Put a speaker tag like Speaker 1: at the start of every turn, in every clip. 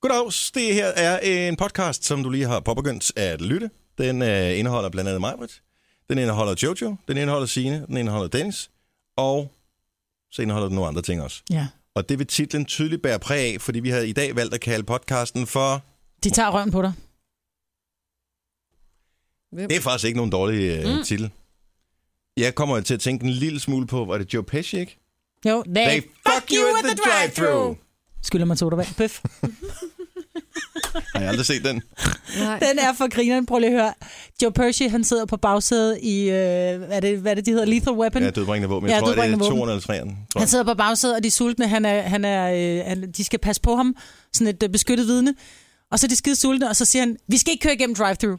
Speaker 1: Goddags, det her er en podcast, som du lige har påbegyndt at lytte. Den øh, indeholder blandt andet Majbrit, den indeholder Jojo, den indeholder Sine, den indeholder Dennis, og så indeholder den nogle andre ting også.
Speaker 2: Ja.
Speaker 1: Og det vil titlen tydeligt bære præg af, fordi vi har i dag valgt at kalde podcasten for...
Speaker 2: De tager røven på dig.
Speaker 1: Det er faktisk ikke nogen dårlig øh, mm. titel. Jeg kommer til at tænke en lille smule på, var det Joe Pesci, ikke?
Speaker 2: Jo, they, they fuck you at the drive-thru. Skylder man sodavand. Bøf.
Speaker 1: Har jeg aldrig set den?
Speaker 3: Nej.
Speaker 2: Den er for grineren. Prøv lige at høre. Joe Pesci, han sidder på bagsædet i, øh, hvad, er det, hvad er det, de hedder? Lethal Weapon.
Speaker 1: Ja, dødbringende våben. Jeg
Speaker 2: Ja,
Speaker 1: tror, det er
Speaker 2: Dødbringende Våben.
Speaker 1: 200 eller 300. tror
Speaker 2: Han
Speaker 1: jeg.
Speaker 2: sidder på bagsædet, og de er sultne. Han er, han er, øh, han, de skal passe på ham. Sådan et øh, beskyttet vidne. Og så er de skide sultne, og så siger han, vi skal ikke køre igennem drive-thru.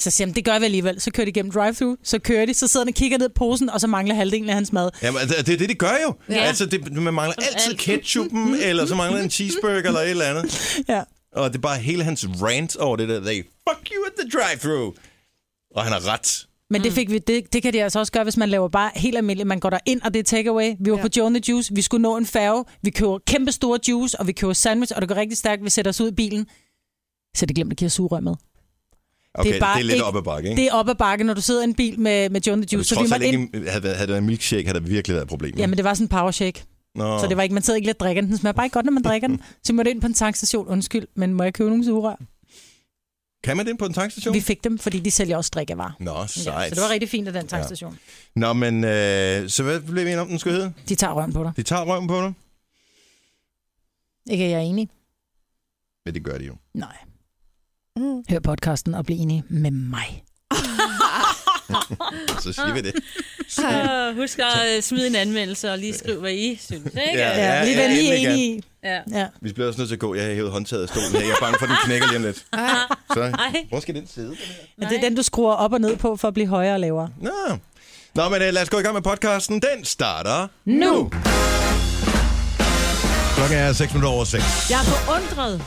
Speaker 2: Så siger han, det gør vi alligevel. Så kører de igennem drive-thru, så kører de, så sidder han og kigger ned i posen, og så mangler halvdelen af hans mad.
Speaker 1: Jamen, altså, det det er det, de gør jo. Ja.
Speaker 3: Ja.
Speaker 1: Altså, det, man mangler altid
Speaker 3: Alt.
Speaker 1: ketchupen, eller så mangler en cheeseburger eller et eller andet.
Speaker 2: Ja.
Speaker 1: Og det er bare hele hans rant over det der, they fuck you at the drive-thru. Og han har ret.
Speaker 2: Men det, fik vi, det, det kan de altså også gøre, hvis man laver bare helt almindeligt. Man går der ind og det er takeaway. Vi var ja.
Speaker 3: Ja.
Speaker 2: på Joe and the Juice. Vi skulle nå en færge. Vi køber kæmpe store juice, og vi køber sandwich, og det går rigtig stærkt. Vi sætter os ud i bilen. Så det glemte at give sugerør med.
Speaker 1: Okay, det er,
Speaker 2: bare
Speaker 1: det er lidt
Speaker 2: ikke-
Speaker 1: op ad bakke, ikke?
Speaker 2: Det er op ad bakke, når du sidder i en bil med, med Joe and the
Speaker 1: Det,
Speaker 2: Juice.
Speaker 1: det, trods
Speaker 2: vi
Speaker 1: alt ikke, en- havde, været- havde det været en milkshake, havde der virkelig været et problem.
Speaker 2: Jamen, det var sådan en power shake.
Speaker 1: Nå.
Speaker 2: Så det var ikke, man sidder ikke lidt og drikker den. Den smager bare ikke godt, når man drikker den. Så vi måtte ind på en tankstation. Undskyld, men må jeg købe nogle sugerør?
Speaker 1: Kan man det på en tankstation?
Speaker 2: Vi fik dem, fordi de sælger også drikkevarer.
Speaker 1: Nå, sejt.
Speaker 2: Ja, så det var rigtig fint af den tankstation. Ja.
Speaker 1: Nå, men øh, så hvad blev vi enige om, den skulle hedde?
Speaker 2: De tager røven på dig.
Speaker 1: De tager røven på dig.
Speaker 2: Ikke, at jeg er enig.
Speaker 1: Men det gør de jo.
Speaker 2: Nej. Hør podcasten og bliv enig med mig.
Speaker 1: Så siger vi det.
Speaker 4: Så husk at øh, smide en anmeldelse og lige skrive, hvad I synes. Ikke?
Speaker 1: Ja.
Speaker 2: Ja, lige hvad
Speaker 1: ja,
Speaker 2: lige
Speaker 1: endelig
Speaker 2: enig i.
Speaker 4: ja.
Speaker 2: Ja.
Speaker 1: Vi bliver også nødt til at gå. Jeg har hævet håndtaget af stolen her. Jeg er bange for, at den knækker lige om lidt. Så,
Speaker 4: Ej.
Speaker 1: hvor skal den sidde? den her?
Speaker 2: Men det er den, du skruer op og ned på for at blive højere og lavere.
Speaker 1: Nå. Nå, men øh, lad os gå i gang med podcasten. Den starter nu. Klokken er 6 minutter over 6.
Speaker 4: Jeg er forundret.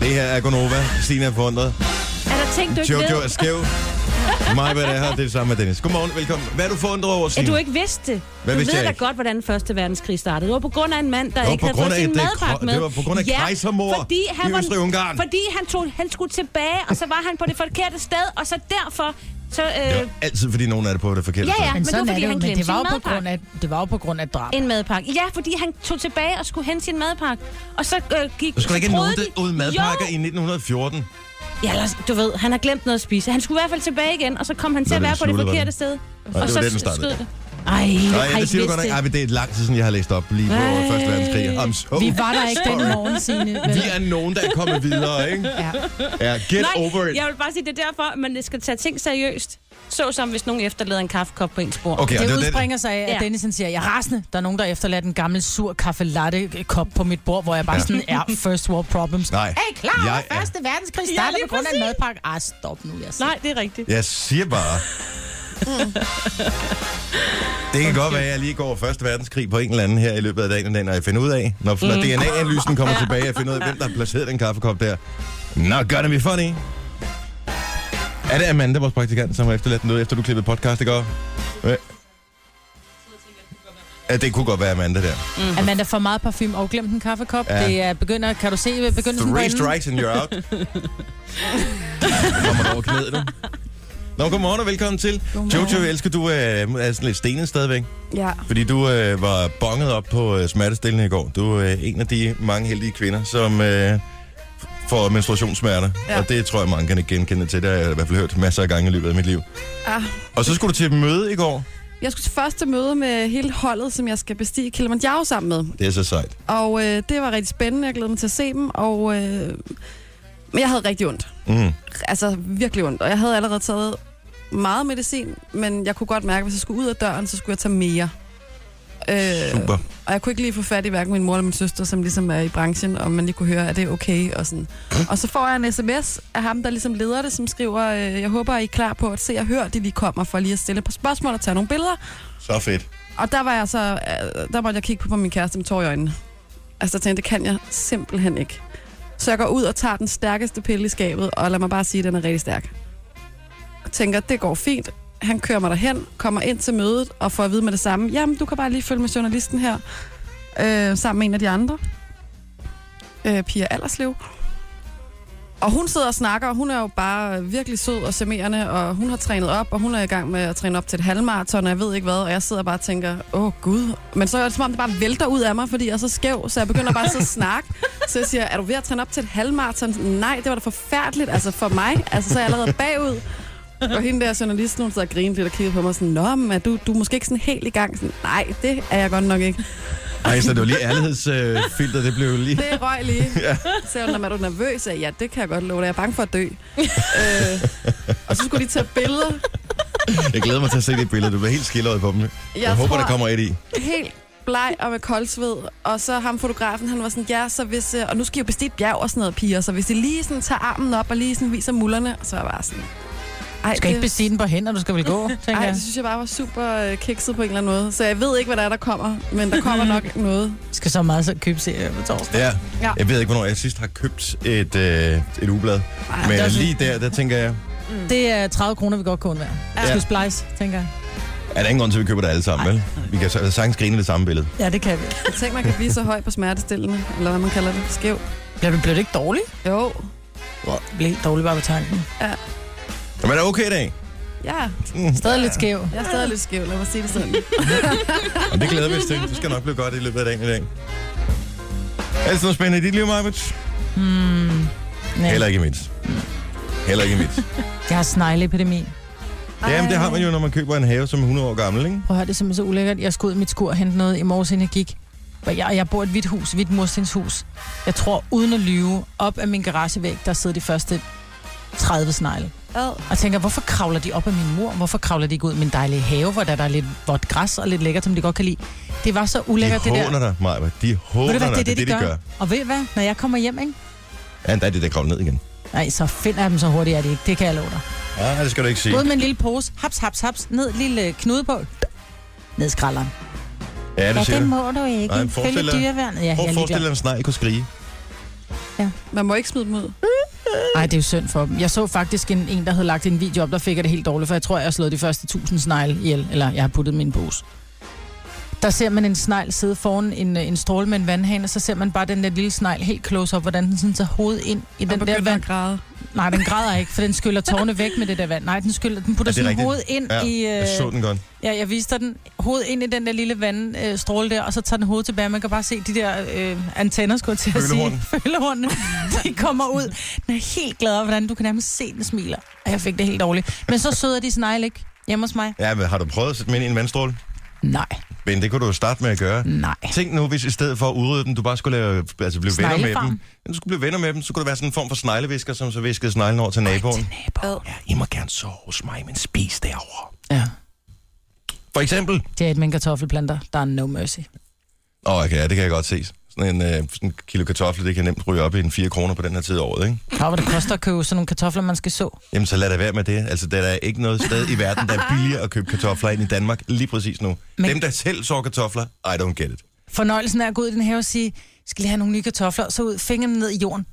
Speaker 1: Det her er Gonova. Stine er forundret.
Speaker 4: Er der ting, du ikke
Speaker 1: Jojo
Speaker 4: ved?
Speaker 1: er skæv. Mig, hvad det er her, det er det samme med Dennis. Godmorgen, velkommen. Hvad er du forundret over,
Speaker 4: At
Speaker 1: Stine?
Speaker 4: du ikke vidste det.
Speaker 1: Hvad
Speaker 4: du
Speaker 1: vidste
Speaker 4: ved
Speaker 1: jeg
Speaker 4: da
Speaker 1: ikke?
Speaker 4: godt, hvordan Første Verdenskrig startede. Det var på grund af en mand, der
Speaker 1: var
Speaker 4: ikke
Speaker 1: på
Speaker 4: havde
Speaker 1: grund
Speaker 4: fået
Speaker 1: af
Speaker 4: sin
Speaker 1: det er
Speaker 4: madpakke
Speaker 1: kro-
Speaker 4: med.
Speaker 1: det var på grund af kejsermord
Speaker 4: fordi han
Speaker 1: i
Speaker 4: var,
Speaker 1: Østrig-Ungarn.
Speaker 4: Fordi han, tog, han skulle tilbage, og så var han på det forkerte sted, og så derfor... Så, øh,
Speaker 1: Det er altid, fordi nogen er det på det forkerte.
Speaker 4: Ja, ja.
Speaker 1: sted.
Speaker 4: Men det var, fordi han
Speaker 2: men
Speaker 4: glemte
Speaker 2: det var,
Speaker 4: sin
Speaker 2: jo på
Speaker 4: madpakke.
Speaker 2: grund af, det var jo på grund af drab.
Speaker 4: En madpakke. Ja, fordi han tog tilbage og skulle hente sin madpakke. Og så øh, gik...
Speaker 1: Du skal da ikke
Speaker 4: så
Speaker 1: have
Speaker 4: troede
Speaker 1: nogen
Speaker 4: de-
Speaker 1: ud madpakker
Speaker 4: Jo!
Speaker 1: i 1914.
Speaker 4: Ja, ellers, du ved, han har glemt noget at spise. Han skulle i hvert fald tilbage igen, og så kom han til
Speaker 1: Nå,
Speaker 4: at
Speaker 1: den
Speaker 4: være på det
Speaker 1: sluttede, var
Speaker 4: forkerte
Speaker 1: det?
Speaker 4: sted.
Speaker 1: det var
Speaker 4: og så
Speaker 1: det, den startede.
Speaker 4: skød det. Ej, Ej,
Speaker 1: Nej,
Speaker 4: har I
Speaker 1: det siger du
Speaker 4: vidst
Speaker 1: godt nok. Ej,
Speaker 4: det?
Speaker 1: men det er lang tid siden, jeg har læst op lige på
Speaker 4: Ej.
Speaker 1: Første Verdenskrig. I'm so
Speaker 2: Vi var der ikke den
Speaker 1: sorry.
Speaker 2: morgen, Signe.
Speaker 1: Vi er nogen, der er kommet videre, ikke?
Speaker 2: Ja.
Speaker 1: Ja, get
Speaker 4: Nej,
Speaker 1: over it.
Speaker 4: jeg vil bare sige, det er derfor, man skal tage ting seriøst. Så som hvis nogen efterlader en kaffekop på ens bord.
Speaker 1: Okay, og
Speaker 2: Det
Speaker 1: det var
Speaker 2: udspringer sig af,
Speaker 4: Ja.
Speaker 2: at Dennis han siger, jeg er rasende. Der er nogen, der efterlader en gammel sur kaffe latte kop på mit bord, hvor jeg bare sådan er first world problems.
Speaker 1: Nej.
Speaker 2: Er I klar over,
Speaker 1: Jeg er-
Speaker 2: at første verdenskrig
Speaker 4: Ja,
Speaker 2: startede
Speaker 4: lige
Speaker 2: på grund af en
Speaker 4: præcis.
Speaker 2: madpakke? Ah, stop nu, jeg siger.
Speaker 4: Nej, det er rigtigt.
Speaker 1: Jeg siger bare...
Speaker 2: Mm.
Speaker 1: Det kan godt være, at jeg lige går Første Verdenskrig på en eller anden her i løbet af dagen, den, og jeg finder ud af, når, når
Speaker 2: Mm.
Speaker 1: DNA-analysen kommer tilbage, jeg finder ud af, hvem der har placeret den kaffekop der. Nå, gør det mig funny. Er det Amanda, vores praktikant, som har efterladt noget, efter du klippede podcast i går? Øh. Ja, det kunne godt være Amanda der.
Speaker 2: At man der får Mm. meget parfume og glemt en kaffekop.
Speaker 1: Ja.
Speaker 2: Ja. Det er begynder, kan du se begyndelsen på
Speaker 1: Three
Speaker 2: enden?
Speaker 1: strikes and you're out. Kommer du over knæet nu? Nå, godmorgen og velkommen til. Jojo, jeg elsker, du øh, er sådan lidt stenet stadigvæk,
Speaker 3: Ja.
Speaker 1: fordi du øh, var bonget op på øh, smertestillende i går. Du er øh, en af de mange heldige kvinder, som øh, f- får menstruationssmerter, ja.
Speaker 3: Ja.
Speaker 1: og det tror jeg, mange kan genkende til. Det har jeg i hvert fald hørt masser af gange i løbet af mit liv.
Speaker 3: Ah,
Speaker 1: Og så skulle du til et møde i går.
Speaker 3: jeg skulle til første møde med hele holdet, som jeg skal bestige Kilimanjaro sammen med.
Speaker 1: Det er så sejt.
Speaker 3: Og øh, det var rigtig spændende. Jeg glæder mig til at se dem. Og, øh, men jeg havde rigtig ondt.
Speaker 1: Mm.
Speaker 3: Altså virkelig ondt. Og jeg havde allerede taget meget medicin, men jeg kunne godt mærke, at hvis jeg skulle ud af døren, så skulle jeg tage mere. Øh,
Speaker 1: Super.
Speaker 3: og jeg kunne ikke lige få fat i hverken min mor eller min søster, som ligesom er i branchen, og man lige kunne høre, at det er okay og sådan. Og så får jeg en sms af ham, der ligesom leder det, som skriver, øh, jeg håber, I er klar på at se og høre, det lige kommer for lige at stille et par spørgsmål og tage nogle billeder.
Speaker 1: Så fedt.
Speaker 3: Og der var jeg så, øh, der måtte jeg kigge på, på min kæreste med tår i øjnene. Altså, der tænkte, jeg, det kan jeg simpelthen ikke. Så jeg går ud og tager den stærkeste pille i skabet, og lad mig bare sige, at den er rigtig stærk. Og tænker, det går fint. Han kører mig derhen, kommer ind til mødet og får at vide med det samme. Jamen, du kan bare lige følge med journalisten her, øh, sammen med en af de andre. Øh, Pia Allerslev. Og hun sidder og snakker, og hun er jo bare virkelig sød og charmerende, og hun har trænet op, og hun er i gang med at træne op til et halvmarathon, og jeg ved ikke hvad, og jeg sidder bare og tænker, åh oh, gud. Men så er det som om, det bare vælter ud af mig, fordi jeg er så skæv, så jeg begynder bare at sidde og snakke. Så jeg siger, er du ved at træne op til et halvmarathon? Nej, det var da forfærdeligt, altså for mig. Altså så er jeg allerede bagud. Og hende der journalisten, hun sad og grinede lidt og kiggede på mig sådan, Nå, men er du, du er måske ikke sådan helt i gang. Sådan, Nej, det er jeg godt nok ikke.
Speaker 1: Ej, så det var lige ærlighedsfilter, det blev lige...
Speaker 3: Det røg lige. ja. Så jeg, er du nervøs? Jeg, ja, det kan jeg godt love dig. Jeg er bange for at dø. øh, og så skulle de tage billeder.
Speaker 1: Jeg glæder mig til at se det billede. Du bliver helt skildret på dem. Jeg,
Speaker 3: Jeg,
Speaker 1: jeg håber,
Speaker 3: tror,
Speaker 1: der kommer et i.
Speaker 3: helt bleg og med koldsved. Og så ham fotografen, han var sådan, ja, så hvis... øh, Og nu skal jeg jo bestige et bjerg og sådan noget, piger. Så hvis de lige sådan tager armen op og lige sådan viser mullerne, så er jeg bare sådan... Ej,
Speaker 2: Du skal ikke bestige den på hænder, du skal vel gå, tænker
Speaker 3: Ej,
Speaker 2: jeg.
Speaker 3: det synes jeg bare var super øh, kikset på en eller anden måde. Så jeg ved ikke, hvad der er, der kommer, men der kommer nok noget.
Speaker 2: Du skal så meget så købe serier på torsdag.
Speaker 1: Ja.
Speaker 3: Ja.
Speaker 1: Jeg ved ikke, hvornår jeg sidst har købt et, øh, et ugeblad.
Speaker 3: Ej,
Speaker 1: Men
Speaker 2: det er også-
Speaker 1: lige der, der tænker jeg,
Speaker 2: Mm. Det er 30 kroner, vi godt kunne undvære. Ja. Skal splice, tænker jeg.
Speaker 1: er der ingen grund til, at vi køber det alle sammen, vel? Vi kan så- sagtens grine det samme billede.
Speaker 2: Ja, det kan vi.
Speaker 3: Jeg tænker, man kan blive så høj på smertestillende, eller hvad man kalder det. Skæv.
Speaker 2: Bliver vi blev det ikke dårligt?
Speaker 3: Jo.
Speaker 2: Jeg blev helt dårlig bare ved tanken.
Speaker 1: Men er det okay i dag?
Speaker 3: Ja,
Speaker 2: Stadig lidt skæv.
Speaker 3: jeg er stadig lidt skæv, lad mig sige det sådan.
Speaker 1: Og det glæder vi os til. Det skal nok blive godt i løbet af dagen i dag. Ellers noget spændende i dit liv, Marvitt?
Speaker 2: Hmm. Ja.
Speaker 1: Heller ikke i mit. Heller ikke i mit.
Speaker 2: Jeg har snegleepidemi.
Speaker 1: Jamen, det har man jo, når man køber en have, som er 100 år gammel, ikke?
Speaker 2: Prøv at høre, det er simpelthen så ulækkert. Jeg skulle ud i mit skur og hente noget i morges, inden jeg gik. Og jeg, jeg bor i et hvidt hus, hvidt murstenshus. Jeg tror, uden at lyve, op af min garagevæg, der sidder de første 30 snegle.
Speaker 3: Ad.
Speaker 2: Og tænker, hvorfor kravler de op af min mur? Hvorfor kravler de ikke ud i min dejlige have, hvor der, der er lidt vådt græs og lidt lækkert, som de godt kan lide? Det var så
Speaker 1: De
Speaker 2: ulækkert, det der.
Speaker 1: håner dig, Marvitt. De håner
Speaker 2: Ved du
Speaker 1: dig.
Speaker 2: hvad,
Speaker 1: Det er det, de gør.
Speaker 2: Og ved I hvad, når jeg kommer hjem, ikke?
Speaker 1: Ja, der er det, der kravler ned igen.
Speaker 2: Nej, så finder jeg dem så hurtigt, er det ikke. Det kan jeg love dig.
Speaker 1: Ja, det skal du ikke sige.
Speaker 2: Både med en lille pose, haps, haps, haps, ned, lille knude på, ned i skralderen.
Speaker 1: Ja, det
Speaker 2: Ja,
Speaker 1: siger du.
Speaker 2: det må du ikke.
Speaker 1: Nej,
Speaker 2: Nej,
Speaker 1: men forestil
Speaker 2: Følge
Speaker 1: dig-
Speaker 2: dyreværnet. Ja, jeg
Speaker 1: Prøv at
Speaker 2: er
Speaker 1: forestille
Speaker 2: ligeglad.
Speaker 1: dig, om snegl kunne skrige.
Speaker 3: Man må ikke smide dem ud.
Speaker 2: Ej, det er jo synd for dem. Jeg så faktisk en, en, der havde lagt en video op, der fik jeg det helt dårligt, for jeg tror, jeg har slået de første tusind snegle ihjel, eller jeg har puttet min pose. Der ser man en snegl sidde foran en, øh, en stråle med en vandhane, og så ser man bare den der lille snegl helt close op, hvordan den sådan tager hovedet ind i
Speaker 3: Den
Speaker 2: den
Speaker 3: og
Speaker 2: der vand.
Speaker 3: at græde.
Speaker 2: Nej, den græder ikke, for den skyller tårne væk med det der vand. Nej, den, skyller, den putter
Speaker 1: Er det
Speaker 2: sin
Speaker 1: rigtigt?
Speaker 2: hoved ind
Speaker 1: Ja,
Speaker 2: i... øh,
Speaker 1: Jeg så den godt.
Speaker 2: Ja, jeg viste dig den hovedet ind i den der lille vandstråle øh, stråle der, og så tager den hovedet tilbage. Man kan bare se de der øh, antenner, skulle jeg til at sige.
Speaker 1: Følehornene.
Speaker 2: Følehornene. de kommer ud. Den er helt glad over, hvordan du kan nærmest se, den smiler. Og jeg fik det helt dårligt. Men så søder de snegle ikke hjemme hos mig.
Speaker 1: Ja, men har du prøvet at sætte dem ind i en vandstråle?
Speaker 2: Nej,
Speaker 1: Men det kunne du jo starte med at gøre.
Speaker 2: nej.
Speaker 1: Tænk nu, hvis i stedet for at udrydde dem, du bare skulle lave, altså blive venner med
Speaker 2: Sneglefarm.
Speaker 1: dem. Ja, Du skulle blive venner med dem, så kunne det være sådan en form for sneglevisker, som så viskede sneglen over til naboen.
Speaker 2: naboen.
Speaker 1: Ja, I må gerne sove hos mig, men spis derovre.
Speaker 2: Ja,
Speaker 1: For eksempel.
Speaker 2: det er et mine kartoffelplanter. Der er no mercy.
Speaker 1: Åh, oh, okay, ja, det kan jeg godt se. Sådan en, øh, sådan en kilo kartofler, det kan nemt ryge op i en 4 kroner på den her tid af året, ikke?
Speaker 2: Klar, hvor det koster at købe sådan nogle kartofler, man skal så.
Speaker 1: Jamen, så lad da være med det. Altså, der er ikke noget sted i verden, der er billigere at købe kartofler ind i Danmark lige præcis nu. Men...
Speaker 2: Men-
Speaker 1: Dem, der selv sår kartofler, I don't get it.
Speaker 2: fornøjelsen af at gå ud i den have og sige, skal lige have nogle nye kartofler, så ud, fingrene ned i jorden.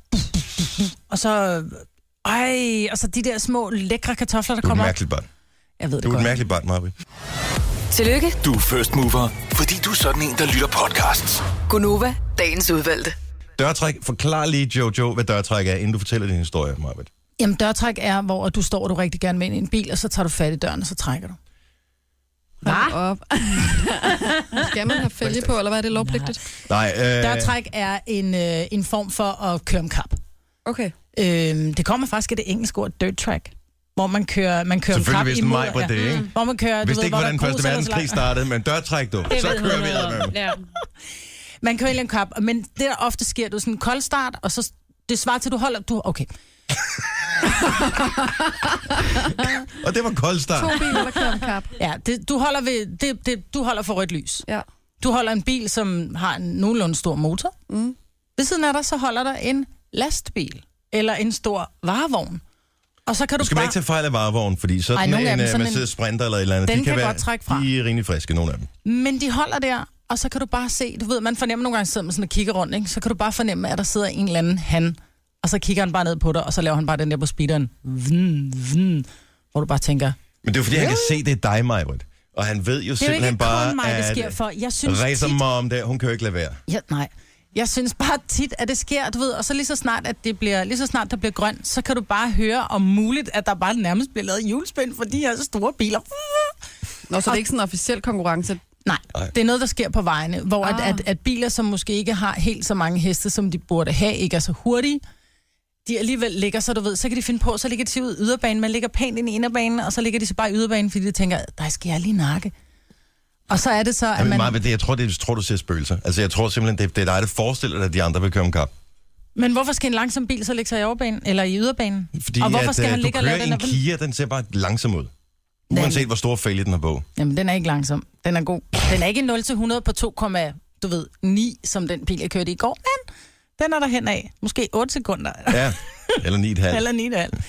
Speaker 2: Og så, ej, og så de der små lækre kartofler, der
Speaker 1: Du er et
Speaker 2: kommer op.
Speaker 1: mærkeligt barn.
Speaker 2: Jeg ved det
Speaker 1: Du er et
Speaker 2: godt.
Speaker 1: mærkeligt barn, Marvin.
Speaker 5: Tillykke,
Speaker 6: Du er first mover, fordi du er sådan en, der lytter podcasts.
Speaker 5: Gunova, dagens udvalgte.
Speaker 1: Dørtræk. Forklar lige, Jojo, hvad dørtræk er, inden du fortæller din historie, Marvin.
Speaker 2: Jamen, dørtræk er, hvor du står, og du rigtig gerne vil ind i en bil, og så tager du fat i døren, og så trækker du.
Speaker 3: Hold op. Skal man have fælge på, eller hvad er det lovpligtigt?
Speaker 1: Nej, øh,
Speaker 2: Dørtræk er en, øh, en form for at køre om kap.
Speaker 3: Okay.
Speaker 2: Øhm, det kommer faktisk af det engelske ord dirt track, hvor man kører, man kører om
Speaker 1: Selvfølgelig
Speaker 2: kap
Speaker 1: vidste
Speaker 2: imod,
Speaker 1: mig på det, ikke?
Speaker 2: Mm. Hvor man kører,
Speaker 1: hvis det
Speaker 2: du ved,
Speaker 1: ikke
Speaker 2: hvor
Speaker 1: var
Speaker 2: der
Speaker 1: den
Speaker 2: er grus
Speaker 1: første
Speaker 2: eller sådan noget.
Speaker 1: verdenskrig startede, men dørtræk, du.
Speaker 4: Det
Speaker 1: Så
Speaker 4: ved hun
Speaker 1: kører vi
Speaker 4: noget
Speaker 1: ad
Speaker 4: om.
Speaker 1: med
Speaker 4: Ja.
Speaker 2: Man kører ind i en kap, men det der ofte sker, du sådan en kold start, og så det svarer til, du holder, du, okay,
Speaker 1: Og det var kold
Speaker 3: To
Speaker 1: start.
Speaker 3: biler, der kører om kap.
Speaker 2: Ja, det, du, holder ved, det, det, du holder for rødt lys.
Speaker 3: Ja.
Speaker 2: Du holder en bil, som har en nogenlunde stor motor. Mm. Ved siden af dig, så holder der en lastbil eller en stor varevogn. Og så kan du,
Speaker 1: Du skal man
Speaker 2: bare...
Speaker 1: ikke tage fejl af varevognen, fordi sådan
Speaker 2: Ej, nogle af
Speaker 1: en
Speaker 2: dem,
Speaker 1: øh,
Speaker 2: sådan en-
Speaker 1: Mercedes Sprinter eller et eller andet,
Speaker 2: Den
Speaker 1: de kan,
Speaker 2: kan
Speaker 1: være,
Speaker 2: godt trække fra.
Speaker 1: de er rimelig friske, nogle af dem.
Speaker 2: Men de holder der, og så kan du bare se... Du ved, man fornemmer nogle gange, sidder man sådan og kigger rundt, ikke? så kan du bare fornemme, at der sidder en eller anden han, og så kigger han bare ned på dig, og så laver han bare den der på speederen. Vn, vn, hvor du bare tænker,
Speaker 1: Men det er fordi, han kan se, det er dig, Majbrit. Og han ved jo
Speaker 2: det er jo
Speaker 1: simpelthen
Speaker 2: ikke
Speaker 1: bare,
Speaker 2: kun mig, det
Speaker 1: at øh,
Speaker 2: sker for. Jeg synes
Speaker 1: Racer
Speaker 2: tit,
Speaker 1: Mom der, hun kan jo ikke lade være.
Speaker 2: Ja, nej. Jeg synes bare tit, at det sker, du ved, og så lige så snart, at det bliver, lige så snart der bliver grønt, så kan du bare høre om muligt, at der bare nærmest bliver lavet julespænd for de her store biler.
Speaker 3: Nå, så det er ikke sådan en officiel konkurrence.
Speaker 2: Nej,
Speaker 1: Nej.
Speaker 2: det er noget, der sker på vejene, hvor ah.
Speaker 3: Ah.
Speaker 2: at, at, at biler, som måske ikke har helt så mange heste, som de burde have, ikke er så hurtige, de alligevel ligger, så du ved, så kan de finde på, så ligger de ud i yderbanen, man ligger pænt ind i inderbanen, og så ligger de så bare i yderbanen, fordi de tænker, der skal jeg lige nakke. Og så er det så, at
Speaker 1: Jamen,
Speaker 2: man...
Speaker 1: Maja, det, jeg tror, det, jeg tror, du ser spøgelser. Altså, jeg tror simpelthen, det, det er dig, der forestiller dig, at de andre vil køre om kap.
Speaker 2: Men hvorfor skal en langsom bil så ligge sig i overbanen, eller i yderbanen?
Speaker 1: Fordi
Speaker 2: og hvorfor
Speaker 1: at,
Speaker 2: skal
Speaker 1: øh,
Speaker 2: han
Speaker 1: du
Speaker 2: ligge og
Speaker 1: kører
Speaker 2: lave
Speaker 1: i
Speaker 2: den
Speaker 1: en
Speaker 2: her...
Speaker 1: Kia, den ser bare langsom ud. Uanset hvor stor fælge den har på.
Speaker 2: Jamen, den er ikke langsom. Den er god. Den er ikke en 0-100 på 2,9, du ved, 9, som den bil, jeg kørte i går, men den er der hen af. Måske 8 sekunder,
Speaker 1: Ja, eller 9,5.
Speaker 2: eller 9,5.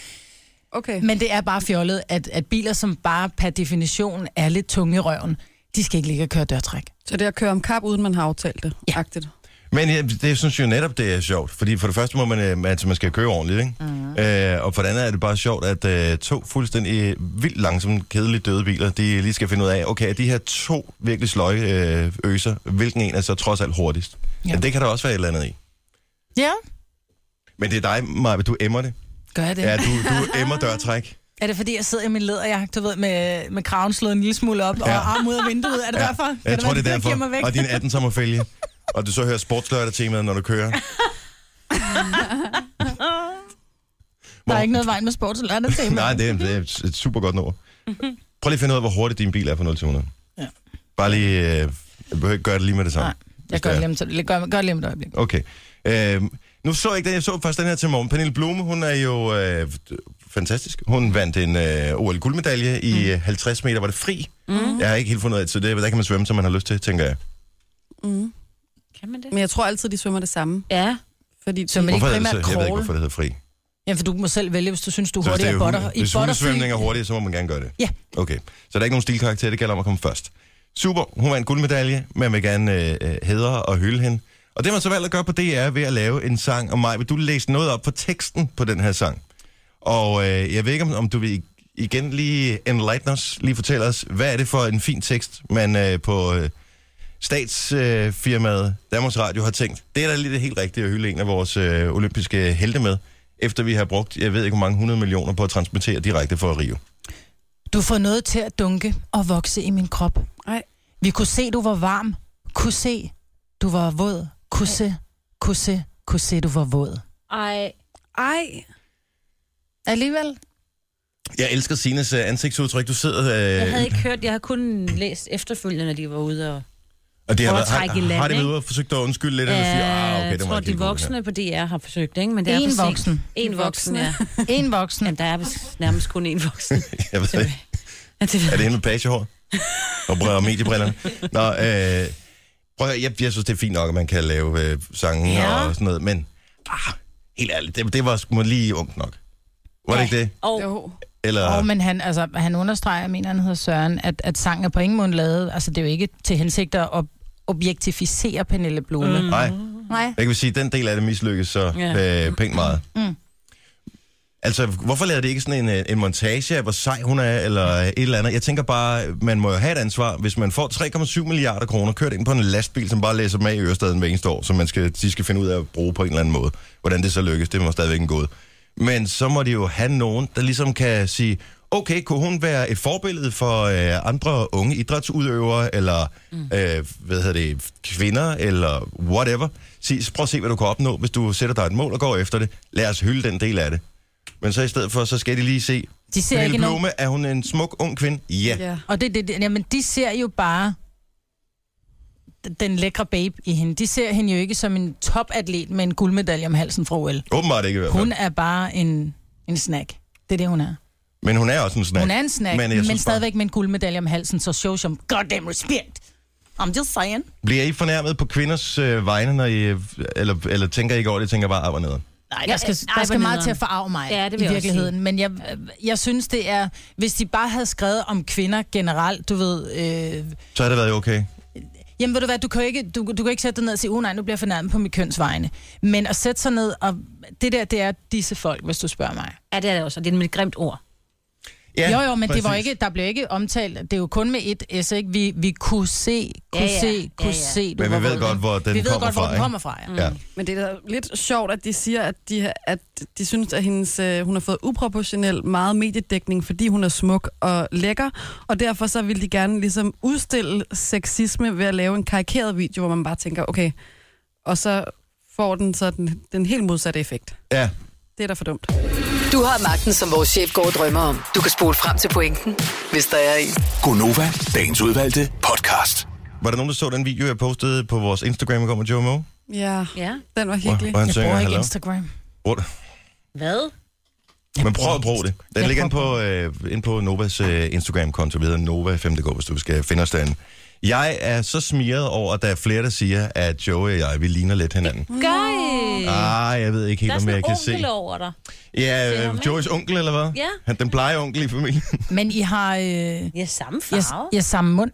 Speaker 3: Okay.
Speaker 2: Men det er bare fjollet, at, at biler, som bare per definition er lidt tunge i røven, de skal ikke ligge og køre dørtræk.
Speaker 3: Så det er at køre om kap, uden man har aftalt det.
Speaker 2: Ja.
Speaker 3: Agtigt.
Speaker 1: Men jeg, det synes jeg jo netop, det er sjovt. Fordi for det første må man, øh, altså man skal køre ordentligt, ikke? Mm. Øh, og for det andet er det bare sjovt, at øh, to fuldstændig vildt langsomme, kedeligt døde biler, de lige skal finde ud af, okay, er de her to virkelig sløje øh, øser, hvilken en er så trods alt hurtigst?
Speaker 2: Ja.
Speaker 1: Ja. Men det kan der også være et eller andet i.
Speaker 2: Ja,
Speaker 1: Men det er dig, Maja, du emmer det.
Speaker 2: gør jeg det.
Speaker 1: Ja,
Speaker 2: Ja.
Speaker 1: du, du emmer dørtræk.
Speaker 2: Er det fordi, jeg sidder i min læderjagt, du ved, med, med kraven slået en lille smule op, ja. og arm ud af vinduet? Er det ja. derfor? Kan
Speaker 1: Jeg tror,
Speaker 2: være,
Speaker 1: det er
Speaker 2: der giver mig væk?
Speaker 1: derfor. Og din 18 sommerfælge. Og du så hører sportslørdag-temaet, når du kører.
Speaker 2: Der er ikke noget vejen med sports lørdag tema.
Speaker 1: Nej, det er, det er et- et super godt nummer. Prøv lige at finde ud af, hvor hurtigt din bil er på 0 til 100.
Speaker 2: Ja.
Speaker 1: Bare lige... Øh, jeg behøver ikke gøre det lige med det samme.
Speaker 2: Nej,
Speaker 1: Hvis
Speaker 2: jeg gør
Speaker 1: det er.
Speaker 2: det lige om, et- gør, gør det lige om et øjeblik.
Speaker 1: Okay. Øh, nu så jeg ikke den. Jeg så først den her til morgen. Pernille Blume, hun er jo øh, fantastisk. Hun vandt en øh, OL-guldmedalje i mm. 50 meter. Var det fri? Mm. Jeg har ikke helt fundet ud af det, så det, der kan man svømme, som man har lyst til, tænker jeg.
Speaker 4: Kan man det?
Speaker 3: Mm. Men jeg tror altid, de svømmer det samme.
Speaker 4: Ja.
Speaker 3: Fordi de,
Speaker 2: Så man ikke
Speaker 1: Hvorfor er det så?
Speaker 2: primært
Speaker 1: Jeg ved ikke,
Speaker 2: crawl.
Speaker 1: hvorfor det hedder fri.
Speaker 2: Jamen, for du må selv vælge, hvis du synes, du er
Speaker 1: Så hvis, det
Speaker 2: hurtig
Speaker 1: er
Speaker 2: i butter.
Speaker 1: hunde,
Speaker 2: I
Speaker 1: hvis hundesvømning er
Speaker 2: butterfly.
Speaker 1: hurtig, så må man gerne gøre det.
Speaker 2: Ja.
Speaker 1: Okay, så der er ikke nogen stilkarakter, det gælder om at komme først. Super, hun vandt guldmedalje, man vil gerne øh, øh, hædre og hylde hende. Og det har man så valgt at gøre på DR ved at lave en sang om mig. Vil du læse noget op på teksten på den her sang? Og øh, jeg ved ikke, om, om du vil igen lige enlighten os, lige fortælle os, hvad er det for en fin tekst, man øh, på øh, statsfirmaet øh, Danmarks Radio har tænkt. Det er da lige det helt rigtige at hylde en af vores øh, olympiske helte med, efter vi har brugt, jeg ved ikke hvor mange 100 millioner på at transmittere direkte fra Rio.
Speaker 2: Du får noget til at dunke og vokse i min krop.
Speaker 3: Ej.
Speaker 2: Vi kunne se, du var varm. Kunne se, du var våd. Kunne se, kunne se, kunne se, du var våd.
Speaker 4: Ej.
Speaker 3: ej,
Speaker 2: Alligevel.
Speaker 1: Jeg elsker Sines øh, ansigtsudtryk. Du sidder...
Speaker 4: Jeg
Speaker 1: Øh,
Speaker 4: havde ikke hørt, jeg havde kun læst efterfølgende, når de var ude og...
Speaker 1: og det har, været,
Speaker 4: foretræk i
Speaker 1: har,
Speaker 4: land,
Speaker 1: har det været
Speaker 4: ikke?
Speaker 1: ude og forsøgt at undskylde lidt, eller sige, ah, okay,
Speaker 4: jeg
Speaker 1: det var
Speaker 4: tror,
Speaker 1: ikke
Speaker 4: de
Speaker 1: helt godt, det her."
Speaker 4: voksne på DR har forsøgt, ikke? Men det er
Speaker 2: En
Speaker 4: for sent.
Speaker 2: voksen.
Speaker 4: En voksen, ja.
Speaker 2: En voksen.
Speaker 4: Jamen, der er vist nærmest kun en voksen.
Speaker 1: Jeg ved det ikke.
Speaker 4: Ja, det ved
Speaker 1: Er
Speaker 4: jeg.
Speaker 1: det hende med pagehår? Og briller mediebrillerne? Nå, øh, prøv at høre, jeg, jeg synes, det er fint nok, at man kan lave øh, sange
Speaker 2: Ja.
Speaker 1: ja. og sådan noget, men ah, helt ærligt, det, det var sgu lige ungt nok. Var det ikke det?
Speaker 4: Og
Speaker 3: jo.
Speaker 1: Eller,
Speaker 2: Og men han, altså, han understreger, jeg mener, han hedder Søren, at, at sangen er på ingen måde lavet. Altså, det er jo ikke til hensigt at ob- objektificere Pernille Blume. Mm.
Speaker 1: nej,
Speaker 2: Nej.
Speaker 1: jeg kan sige, at den del af det mislykkes så
Speaker 4: Ja.
Speaker 1: øh, pænt meget.
Speaker 2: Mm.
Speaker 1: Altså, hvorfor lader det ikke sådan en, øh, en montage af, hvor sej hun er, eller et eller andet? Jeg tænker bare, man må jo have et ansvar, hvis man får 3,7 milliarder kroner kørt ind på en lastbil, som bare læser dem af i Ørestaden hver eneste år, som man skal, de skal finde ud af at bruge på en eller anden måde. Hvordan det så lykkes, det må stadigvæk en gåde. Men så må de jo have nogen, der ligesom kan sige, okay, kunne hun være et forbillede for øh, andre unge idrætsudøvere, eller mm. øh, hvad hedder det, kvinder, eller whatever. Sig, prøv at se, hvad du kan opnå, hvis du sætter dig et mål og går efter det. Lad os hylde den del af det. Men så i stedet for, så skal de lige se.
Speaker 2: De ser
Speaker 1: Pernille
Speaker 2: ikke nogen.
Speaker 1: Blume, er hun en smuk ung kvinde? Ja.
Speaker 3: Ja.
Speaker 2: Og det, det, det, jamen, de ser jo bare d- den lækre babe i hende. De ser hende jo ikke som en topatlet med en guldmedalje om halsen fra OL.
Speaker 1: Åbenbart ikke i hvert fald.
Speaker 2: Hun er bare en, en snack. Det er det, hun er.
Speaker 1: Men hun er også en snack.
Speaker 2: Hun er en snack,
Speaker 1: Men jeg
Speaker 2: men, men
Speaker 1: synes bare-
Speaker 2: stadigvæk med en guldmedalje om halsen, så show som goddamn respect. I'm just saying.
Speaker 1: Bliver I fornærmet på kvinders øh, vegne, når I, eller, eller tænker I ikke over det, I tænker bare, ah, ned.
Speaker 2: Nej,
Speaker 4: Ja,
Speaker 2: der skal,
Speaker 4: ej,
Speaker 2: der
Speaker 4: hvor
Speaker 2: skal meget
Speaker 4: nederen.
Speaker 2: til at forarve mig
Speaker 4: Ja, det vil
Speaker 2: i
Speaker 4: jeg også
Speaker 2: virkeligheden. Men jeg, jeg synes, det er... Hvis de bare havde skrevet om kvinder generelt, du ved... Øh,
Speaker 1: Så har det været okay.
Speaker 2: Jamen ved du hvad, du kan jo ikke, du, du kan ikke sætte dig ned og sige, oh nej, nu bliver jeg fornærmet på mit køns vegne. Men at sætte sig ned, og det der, det er disse folk, hvis du spørger mig.
Speaker 4: ja, det er det også, og det er et grimt ord.
Speaker 1: Ja,
Speaker 2: Jo, jo, men det var
Speaker 1: præcis.
Speaker 2: ikke, der blev ikke omtalt. Det er jo kun med et S, ikke? Vi, vi kunne se, kunne
Speaker 4: Ja, ja.
Speaker 2: se, kunne
Speaker 4: Ja, ja.
Speaker 2: se. Du
Speaker 1: Men vi
Speaker 2: var
Speaker 1: ved
Speaker 2: vågen.
Speaker 1: godt, hvor den
Speaker 2: vi ved
Speaker 1: kommer
Speaker 2: godt, hvor
Speaker 1: fra,
Speaker 2: den
Speaker 1: ikke?
Speaker 2: kommer fra, ja.
Speaker 1: Ja.
Speaker 3: Mm. Men det er da lidt sjovt, at de siger, at de, at de synes, at hendes, øh, hun har fået uproportionelt meget mediedækning, fordi hun er smuk og lækker, og derfor så vil de gerne ligesom udstille sexisme ved at lave en karikeret video, hvor man bare tænker, okay, og så får den så den, den helt modsatte effekt.
Speaker 1: ja.
Speaker 3: Det er da for dumt.
Speaker 5: Du har magten, som vores chef går og drømmer om. Du kan spole frem til pointen, hvis der er en.
Speaker 6: Gonova, dagens udvalgte podcast.
Speaker 1: Var der nogen, der så den video, jeg postede på vores Instagram i går med Joe Moe?
Speaker 3: Ja,
Speaker 4: Ja.
Speaker 3: den var hyggelig.
Speaker 1: Hvor, hvor han
Speaker 2: Jeg
Speaker 1: synger,
Speaker 2: bruger ikke
Speaker 1: hallo.
Speaker 2: Instagram.
Speaker 1: Bruger du-
Speaker 4: Hvad?
Speaker 1: Men prøv at bruge det. Den
Speaker 2: Jeg
Speaker 1: ligger inde på, øh, ind på Novas øh, Instagram-konto. Vi hedder Nova 5DK, hvis du skal finde os derinde. Jeg er så smiret over, at der er flere, der siger, at Joey og jeg, vi ligner lidt hinanden.
Speaker 4: Gør I?
Speaker 1: Ah, jeg ved ikke
Speaker 4: Der
Speaker 1: helt,
Speaker 4: er
Speaker 1: om
Speaker 4: sådan
Speaker 1: jeg
Speaker 4: en
Speaker 1: kan se.
Speaker 4: onkel over dig.
Speaker 1: Ja,
Speaker 4: ham,
Speaker 1: øh,
Speaker 4: ikke?
Speaker 1: Joeys onkel, eller hvad?
Speaker 4: Ja.
Speaker 1: Han, den pleje onkel i familien.
Speaker 2: Men I har... Øh,
Speaker 4: Ja, samme
Speaker 2: jeg,
Speaker 4: farve.
Speaker 2: jeg samme mund.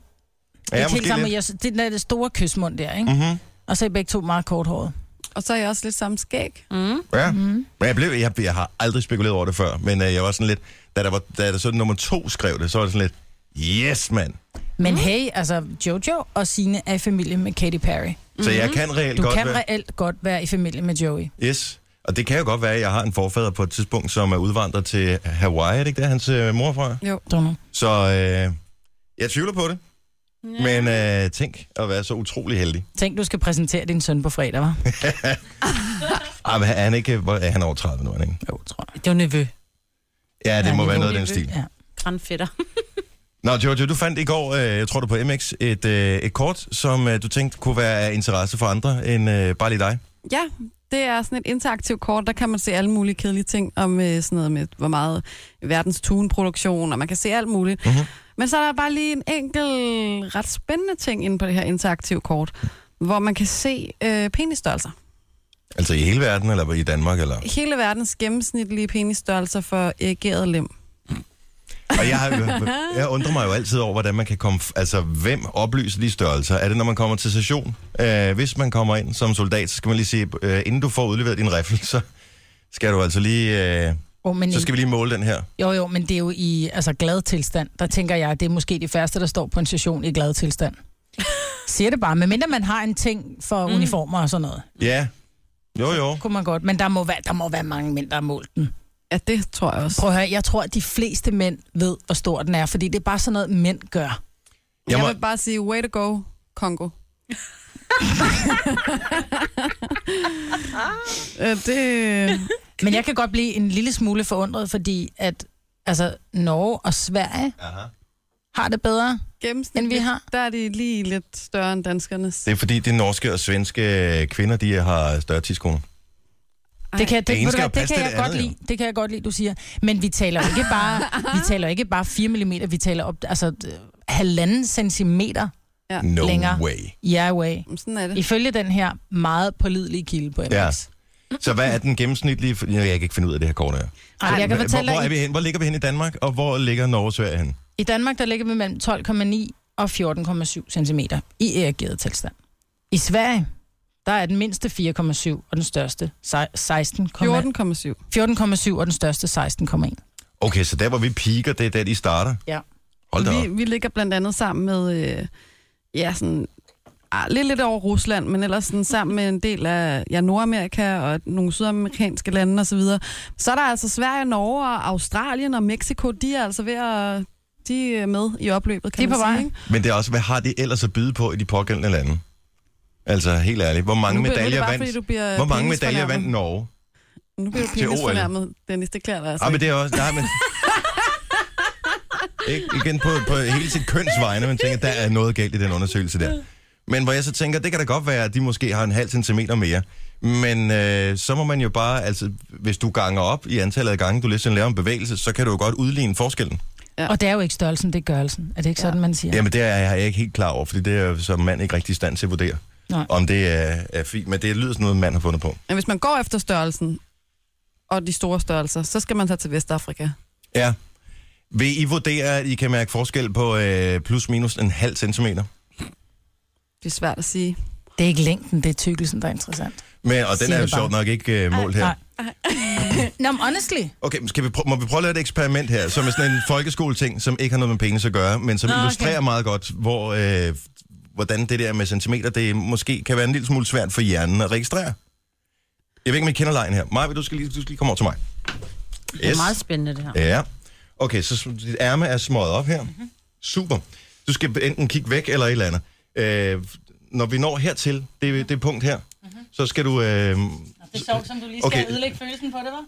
Speaker 1: Ja,
Speaker 2: Ja, ikke helt
Speaker 1: måske
Speaker 2: samme,
Speaker 1: lidt.
Speaker 2: jeg, det er den der store kysmund der, ikke?
Speaker 1: Mhm.
Speaker 2: Og så er I begge to meget korthåret.
Speaker 3: Og så er jeg også lidt samme skæg.
Speaker 1: Ja. Mm. Men jeg, blev, jeg, jeg har aldrig spekuleret over det før, men øh, jeg var sådan lidt... Da der, var, da der så nummer to skrev det, så var det sådan lidt... Yes, mand!
Speaker 2: Men hey, altså Jojo og Sine er i familie med Katy Perry.
Speaker 1: Så jeg kan reelt
Speaker 2: Du
Speaker 1: godt
Speaker 2: kan
Speaker 1: være...
Speaker 2: reelt godt være i familie med Joey.
Speaker 1: Yes. Og det kan jo godt være, at jeg har en forfader på et tidspunkt, som er udvandret til Hawaii, er det ikke der, hans øh, mor er fra?
Speaker 2: Don't know.
Speaker 1: Så øh, jeg tvivler på det. Ja. Men øh, tænk at være så utrolig heldig.
Speaker 2: Tænk, du skal præsentere din søn på fredag, var?
Speaker 1: Ah, men er han ikke, hvor, er han over 30 nu, er han ikke?
Speaker 2: Jo, tror jeg. Det var Nevø.
Speaker 1: Ja, det
Speaker 2: Ja,
Speaker 1: ja, må
Speaker 2: det
Speaker 1: være
Speaker 2: må
Speaker 1: noget af
Speaker 2: vi
Speaker 1: den stil.
Speaker 2: Ja.
Speaker 4: Grandfætter.
Speaker 1: Nå, Jojo, du fandt i går, øh, jeg tror det var på MX, et, øh, et kort, som øh, du tænkte kunne være af interesse for andre end øh, bare lige dig.
Speaker 3: Ja, det er sådan et interaktivt kort, der kan man se alle mulige kedelige ting om øh, sådan noget med, hvor meget verdens tunproduktion, og man kan se alt muligt. Mm-hmm. Men så er der bare lige en enkelt ret spændende ting inde på det her interaktive kort, hvor man kan se øh, penisstørrelser.
Speaker 1: Altså i hele verden, eller i Danmark, eller...
Speaker 3: Hele verdens gennemsnitlige penisstørrelser for erigeret lem.
Speaker 1: Og jeg, har- jeg undrer mig jo altid over, hvordan man kan komme... Altså, hvem oplyser de størrelser? Er det, når man kommer til station? Øh, hvis man kommer ind som soldat, så skal man lige sige, øh, inden du får udleveret din riffel, så skal du altså lige... Øh,
Speaker 2: Oh, men
Speaker 1: så skal vi lige måle den her.
Speaker 2: Jo, jo, men det er jo i altså, glad tilstand. Der tænker jeg, det er måske de færreste, der står på en station i glad tilstand. Siger det bare, medmindre man har en ting for mm. uniformer og sådan noget.
Speaker 1: Ja. Jo, jo.
Speaker 2: Kunne man godt, men der må være, der må være mange mænd, der har målt den.
Speaker 3: Ja, det tror jeg også.
Speaker 2: Prøv at høre, jeg tror, at de fleste mænd ved, hvor stor den er, fordi det er bare sådan noget, mænd gør.
Speaker 1: Jeg
Speaker 3: Jeg,
Speaker 1: må-
Speaker 3: jeg vil bare sige, way to go, Kongo. Ja, Øh, det...
Speaker 2: Men jeg kan godt blive en lille smule forundret, fordi at altså, Norge og Sverige
Speaker 1: Aha.
Speaker 2: har det bedre.
Speaker 3: gennemsnit,
Speaker 2: end vi har.
Speaker 3: Der er de lige lidt større end danskernes.
Speaker 1: Det er fordi, de norske og svenske kvinder, de har større tidskoner.
Speaker 2: Det kan,
Speaker 1: Det
Speaker 2: det, det,
Speaker 1: ene
Speaker 2: ved du
Speaker 1: skal jo
Speaker 2: hvad, det
Speaker 1: passe til
Speaker 2: kan jeg
Speaker 1: det
Speaker 2: godt
Speaker 1: andet,
Speaker 2: lide. Det kan jeg godt lide, du siger. Men vi taler jo ikke bare, vi taler jo ikke bare 4 mm, vi taler op, altså øh, halvanden centimeter
Speaker 1: No
Speaker 2: Længere.
Speaker 1: way.
Speaker 2: jerway.
Speaker 3: Sådan er det.
Speaker 2: Ifølge den her meget pålidelige kilde på MX.
Speaker 1: Ja.
Speaker 2: Ja.
Speaker 1: Så hvad er den gennemsnitlige... for- Jeg kan ikke finde ud af det her kort her.
Speaker 2: Ej, jeg kan
Speaker 1: Hvor,
Speaker 2: fortælle
Speaker 1: hvor, er
Speaker 2: dig,
Speaker 1: vi
Speaker 2: i,
Speaker 1: hen? hvor ligger vi hen i Danmark, og hvor ligger Norge og Sverige hen?
Speaker 2: i Danmark der ligger vi mellem 12,9 og 14,7 cm i erigeret tilstand. I Sverige, der er den mindste 4,7 og den største sej-
Speaker 3: 14,7.
Speaker 2: 16,1. 14,7 og den største 16,1.
Speaker 1: Okay, så der, hvor vi piker, det er der, de starter?
Speaker 2: Ja.
Speaker 1: Hold da op.
Speaker 3: Vi, vi ligger blandt andet sammen med, øh, ja, sådan, ah, lidt, lidt over Rusland, men ellers sådan, sammen med en del af ja, Nordamerika og nogle sydamerikanske lande osv. Så, videre. så er der altså Sverige, Norge og Australien og Mexico, de er altså ved at de er med i opløbet, kan
Speaker 2: De er
Speaker 3: man
Speaker 2: på
Speaker 3: sige,
Speaker 2: vej.
Speaker 3: ikke?
Speaker 1: Men det er også, hvad har de ellers at byde på i de pågældende lande? Altså, helt ærligt, hvor mange
Speaker 3: Nu bliver- nu er det
Speaker 1: medaljer
Speaker 3: bare,
Speaker 1: vandt?
Speaker 3: fordi du bliver
Speaker 1: Hvor mange medaljer
Speaker 3: penisfornærmet.
Speaker 1: vandt Norge?
Speaker 3: Nu bliver du
Speaker 1: Til OL.
Speaker 3: penisfornærmet, Dennis, det klæder dig altså
Speaker 1: Ah, men
Speaker 3: ikke.
Speaker 1: det er også... Nej, men... Ikke igen på, på hele sit køns vegne, men tænker, der er noget galt i den undersøgelse der. Men hvor jeg så tænker, det kan da godt være, at de måske har en halv centimeter mere. Men øh, så må man jo bare, altså, hvis du ganger op i antallet af gange, du lige sådan laver en bevægelse, så kan du jo godt udligne forskellen.
Speaker 3: Ja.
Speaker 2: Og det er jo ikke størrelsen, det er gørelsen. Er det ikke sådan, man siger?
Speaker 1: Jamen, det er jeg ikke helt klar over, fordi det er jeg som mand ikke rigtig i stand til at vurdere,
Speaker 2: Nej.
Speaker 1: om det er, er fint. Men det lyder sådan noget, en mand har fundet på.
Speaker 3: Men hvis man går efter størrelsen, og de store størrelser, så skal man tage til Vestafrika.
Speaker 1: Ja. Vil I vurdere, at I kan mærke forskel på øh, plus minus en halv centimeter?
Speaker 3: Det er svært at sige.
Speaker 2: Det er ikke længden, det er tykkelsen, der er interessant.
Speaker 1: Men, og den
Speaker 2: Siger
Speaker 1: er jo
Speaker 2: det bare.
Speaker 1: sjovt nok ikke øh, målt her.
Speaker 2: Nej. Nå, men honestly.
Speaker 1: Okay, men skal vi prø- må vi prøve at lave et eksperiment her, som er sådan en folkeskoleting, som ikke har noget med penis at gøre, men som
Speaker 2: Nå,
Speaker 1: okay.
Speaker 2: okay.
Speaker 1: illustrerer meget godt, hvor, øh, hvordan det der med centimeter, det måske kan være en lille smule svært for hjernen at registrere. Jeg ved ikke, om I kender lejen her. Maja, du skal lige, du skal lige komme over til mig.
Speaker 4: Det er meget spændende, Mhm. det her.
Speaker 1: Ja. Okay, så s- dit ærme er smøget op her. Mm-hmm. Super. Du skal enten kigge væk eller et eller andet. Øh, når vi når hertil, det, det punkt her,
Speaker 4: Mhm.
Speaker 1: mm-hmm. så skal du... Øh,
Speaker 2: Det er sjovt, som du lige
Speaker 1: skal Okay.
Speaker 2: ødelægge følelsen på det, var.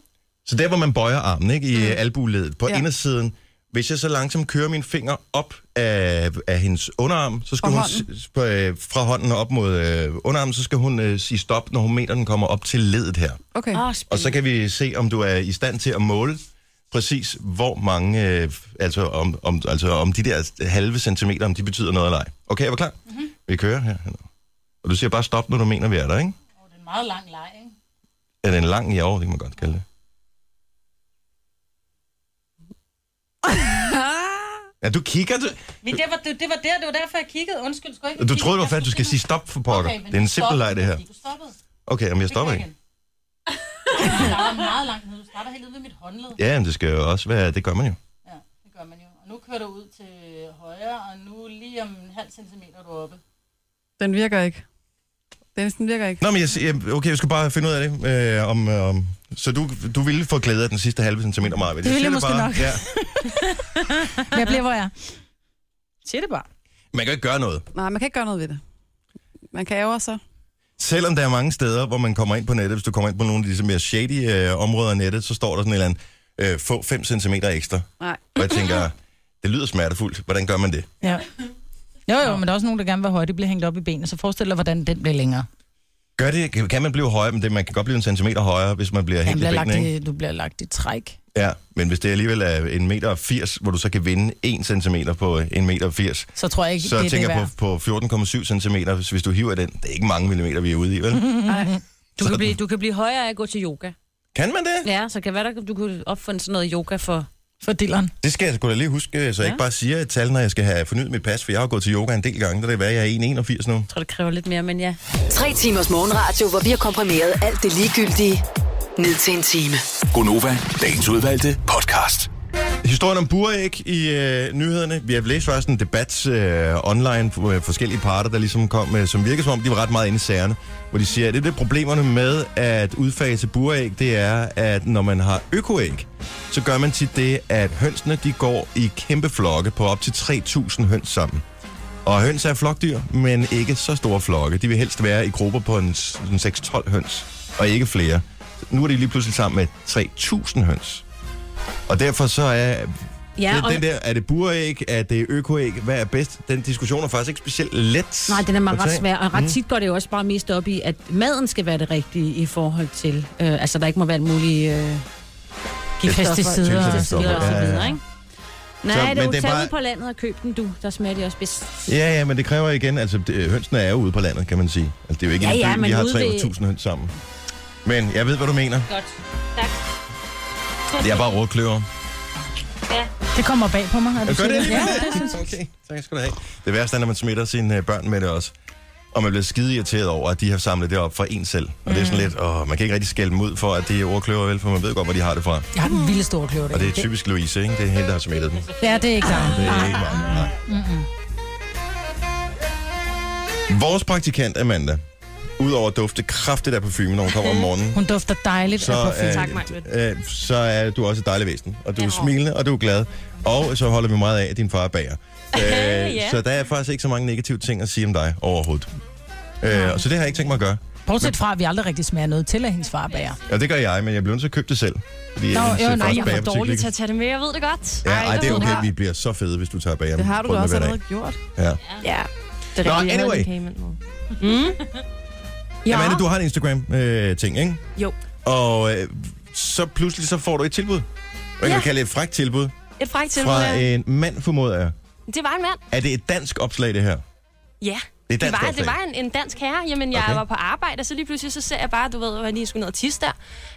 Speaker 1: så der, hvor man bøjer armen ikke, i mm. albuledet på ja. indersiden, hvis jeg så langsomt kører mine finger op af, af hendes underarm, så skal
Speaker 3: Fra
Speaker 1: hun s- på, øh, fra hånden og op mod øh, underarmen, så skal hun øh, sige stop, når hun mener, den kommer op til ledet her.
Speaker 3: Okay.
Speaker 4: Åh,
Speaker 1: Og så
Speaker 4: spændende.
Speaker 1: kan vi se, om du er i stand til at måle præcis, hvor mange, øh, altså, om, om, altså om de der halve centimeter, om de betyder noget eller ej. Okay, er du klar? Mm-hmm. Vi kører her. Og du siger bare stop, når du mener, vi er der, ikke?
Speaker 2: Det er en meget lang leg, ikke?
Speaker 1: Er det en lang i år, det kan man godt kalde det. ja, du kigger. Du,
Speaker 2: Men det var, det, det var der, det var derfor, jeg kiggede. Undskyld, skulle jeg ikke
Speaker 1: du troede, det var fast, du skal sige stop for pokker. Okay, det er en simpel leg, det her.
Speaker 2: Du stoppede.
Speaker 1: Okay, men jeg stopper ikke.
Speaker 2: Du starter meget langt ned. Du starter helt ned ved mit håndled.
Speaker 1: Ja, men det skal jo også være, det gør man jo.
Speaker 2: Ja, det gør man jo. Og nu kører du ud til højre, og nu lige om en halv centimeter er du oppe.
Speaker 3: Den virker ikke. Dennis, den virker ikke.
Speaker 1: Nå, men jeg, siger- okay, jeg skal bare finde ud af det. Øh, om, øh, om, så du, du ville få glæde af den sidste halve centimeter, Maja. Det
Speaker 2: ville jeg måske nok.
Speaker 1: Ja.
Speaker 2: Men jeg bliver, hvor jeg er. Sig det bare.
Speaker 1: Man kan jo ikke gøre noget.
Speaker 3: Nej, man kan ikke gøre noget ved det. Man kan ære sig.
Speaker 1: Selvom der er mange steder, hvor man kommer ind på nettet, hvis du kommer ind på nogle af de mere shady øh, områder af nettet, så står der sådan et eller andet, øh, få 5 cm ekstra.
Speaker 3: Nej.
Speaker 1: Og jeg tænker, det lyder smertefuldt. Hvordan gør man det?
Speaker 2: Ja. Jo, jo, men der er også nogen, der gerne vil have høje. De bliver hængt op i benene, så forestil dig, hvordan den bliver længere.
Speaker 1: Gør det, kan- kan man blive højere, men det, man kan godt blive en centimeter højere, hvis man bliver
Speaker 2: Den
Speaker 1: helt i
Speaker 2: bliver
Speaker 1: benene,
Speaker 2: lagt
Speaker 1: ikke?
Speaker 2: i, du bliver lagt i træk.
Speaker 1: Ja, men hvis det alligevel er en meter og 80, hvor du så kan vinde 1 centimeter på øh, en meter og 80,
Speaker 2: Så tror jeg ikke,
Speaker 1: så
Speaker 2: det er
Speaker 1: tænker
Speaker 2: det
Speaker 1: jeg på,
Speaker 2: værd.
Speaker 1: på 14,7 cm, hvis, hvis du hiver den. Det er ikke mange millimeter, vi er ude i, vel?
Speaker 4: Du kan, blive, du kan blive højere af at gå til yoga.
Speaker 1: kan man det?
Speaker 4: Ja, så kan være, der, du kunne opfinde sådan noget yoga for...
Speaker 2: For dilleren.
Speaker 1: Det skal jeg sgu da lige huske, så jeg ikke bare siger et tal, når jeg skal have fornyet mit pas, for jeg har gået til yoga en del gange, der det være, jeg er 1,81 nu.
Speaker 4: Jeg tror, det kræver lidt mere, men ja.
Speaker 5: Tre timers morgenradio, hvor vi har komprimeret alt det ligegyldige ned til en time.
Speaker 6: Gonova, dagens udvalgte podcast.
Speaker 1: Historien om buræg i øh, nyhederne. Vi har læst faktisk en debat øh, online på øh, forskellige parter, der ligesom kom, øh, som virker som om, de var ret meget inde i sagerne, hvor de siger, at det, der er problemerne med at udfase buræg, det er, at når man har økoæg, så gør man tit det, at hønsene de går i kæmpe flokke på op til 3.000 høns sammen. Og høns er flokdyr, men ikke så store flokke. De vil helst være i grupper på en, s- en 6-12 høns, og ikke flere. Nu er de lige pludselig sammen med 3.000 høns. Og derfor så er
Speaker 4: ja
Speaker 1: Ja, den der, er det buræg, er det økoæg, hvad er bedst? Den diskussion er faktisk ikke specielt let.
Speaker 4: Nej, den er meget
Speaker 1: at
Speaker 4: ret
Speaker 1: tage. Mm.
Speaker 4: svær, og ret tit går det jo også bare mest op i, at maden skal være det rigtige i forhold til, øh, altså der ikke må være alt muligt øh, giftstoffer,
Speaker 2: pesticider
Speaker 4: og,
Speaker 2: og
Speaker 4: og,
Speaker 1: så
Speaker 4: så
Speaker 1: videre. Ja, ja.
Speaker 4: videre, ikke? Nej,
Speaker 1: Så-
Speaker 4: så, det er
Speaker 1: men
Speaker 4: jo
Speaker 1: det er
Speaker 4: tag
Speaker 1: bare-
Speaker 4: ud på landet og køb den du, der smager de også bedst.
Speaker 1: Ja, ja, men det kræver igen, altså det, hønsene er jo ude på landet, kan man sige. Altså, det er jo ikke
Speaker 4: Ja,
Speaker 1: en
Speaker 4: ja,
Speaker 1: by, vi
Speaker 4: men
Speaker 1: har
Speaker 4: ude ved-
Speaker 1: 3.000 høns sammen. Men jeg ved, hvad du mener.
Speaker 4: Godt, tak.
Speaker 1: Jeg er bare rådkløver.
Speaker 2: Det kommer bag på mig. Er du
Speaker 1: Jeg gør
Speaker 2: sikker?
Speaker 1: det
Speaker 2: Ja,
Speaker 1: Okay, tak skal du have. Det værste er, når man smitter sine øh, børn med det også. Og man bliver skide irriteret over, at de har samlet det op for en selv. Og det er
Speaker 2: Mm.
Speaker 1: sådan lidt, åh, man kan ikke rigtig skælde dem ud for, at de er ordkløver, vel, for man ved godt, hvor de har det fra.
Speaker 2: jeg har den vilde store kløver.
Speaker 1: Og det er typisk Louise, ikke? Det er hende, der har smittet dem.
Speaker 2: Ja, det er ikke klart.
Speaker 1: Det er ikke mange, nej.
Speaker 2: Ah.
Speaker 1: Vores praktikant Amanda, udover at dufte kraftigt af parfume, når hun kommer om morgenen,
Speaker 2: Mm. Hun dufter dejligt
Speaker 1: så,
Speaker 2: af parfume.
Speaker 1: er, øh, så er du også et dejligt væsen. Og du er smilende, og du er glad. Og så holder vi meget af, at din far er bager. Øh,
Speaker 4: Ja.
Speaker 1: Så der er faktisk ikke så mange negative ting at sige om dig overhovedet. Øh, og så det har jeg ikke tænkt mig at gøre.
Speaker 2: Bortset fra, at vi aldrig rigtig smager noget til af hendes far bager.
Speaker 1: Ja, det gør jeg, men jeg blev nødt til at købe det selv. Fordi
Speaker 2: Nå,
Speaker 1: ellers,
Speaker 2: jo,
Speaker 1: øh,
Speaker 2: nej,
Speaker 1: vores
Speaker 2: jeg var
Speaker 1: bagerbutik ligger-
Speaker 4: tage det med, jeg ved det godt.
Speaker 1: Ja, ej, det er
Speaker 3: ved
Speaker 1: okay.
Speaker 3: jeg.
Speaker 1: Vi bliver så fede, hvis du tager bager.
Speaker 3: Det har du da også allerede gjort.
Speaker 1: Ja.
Speaker 4: Ja, Mm.
Speaker 1: Det Nå, anyway. Ja. Amanda, du har en Instagram-ting, øh, ting, ikke?
Speaker 4: Jo.
Speaker 1: Og øh, så pludselig så får du et tilbud. Hvad kan
Speaker 4: Ja.
Speaker 1: vi kalde et frækt tilbud?
Speaker 4: Et frækt tilbud.
Speaker 1: Fra
Speaker 4: ja.
Speaker 1: en mand, formoder jeg.
Speaker 4: Det var en mand.
Speaker 1: Er det et dansk opslag, det her?
Speaker 4: Ja,
Speaker 1: Det er
Speaker 4: det
Speaker 1: dansk
Speaker 4: var,
Speaker 1: opslag.
Speaker 4: det var en, en dansk herre. Jamen, jeg
Speaker 1: Okay.
Speaker 4: okay. var på arbejde, og så lige pludselig så ser jeg bare, du ved, at jeg lige skulle ned og tisse der,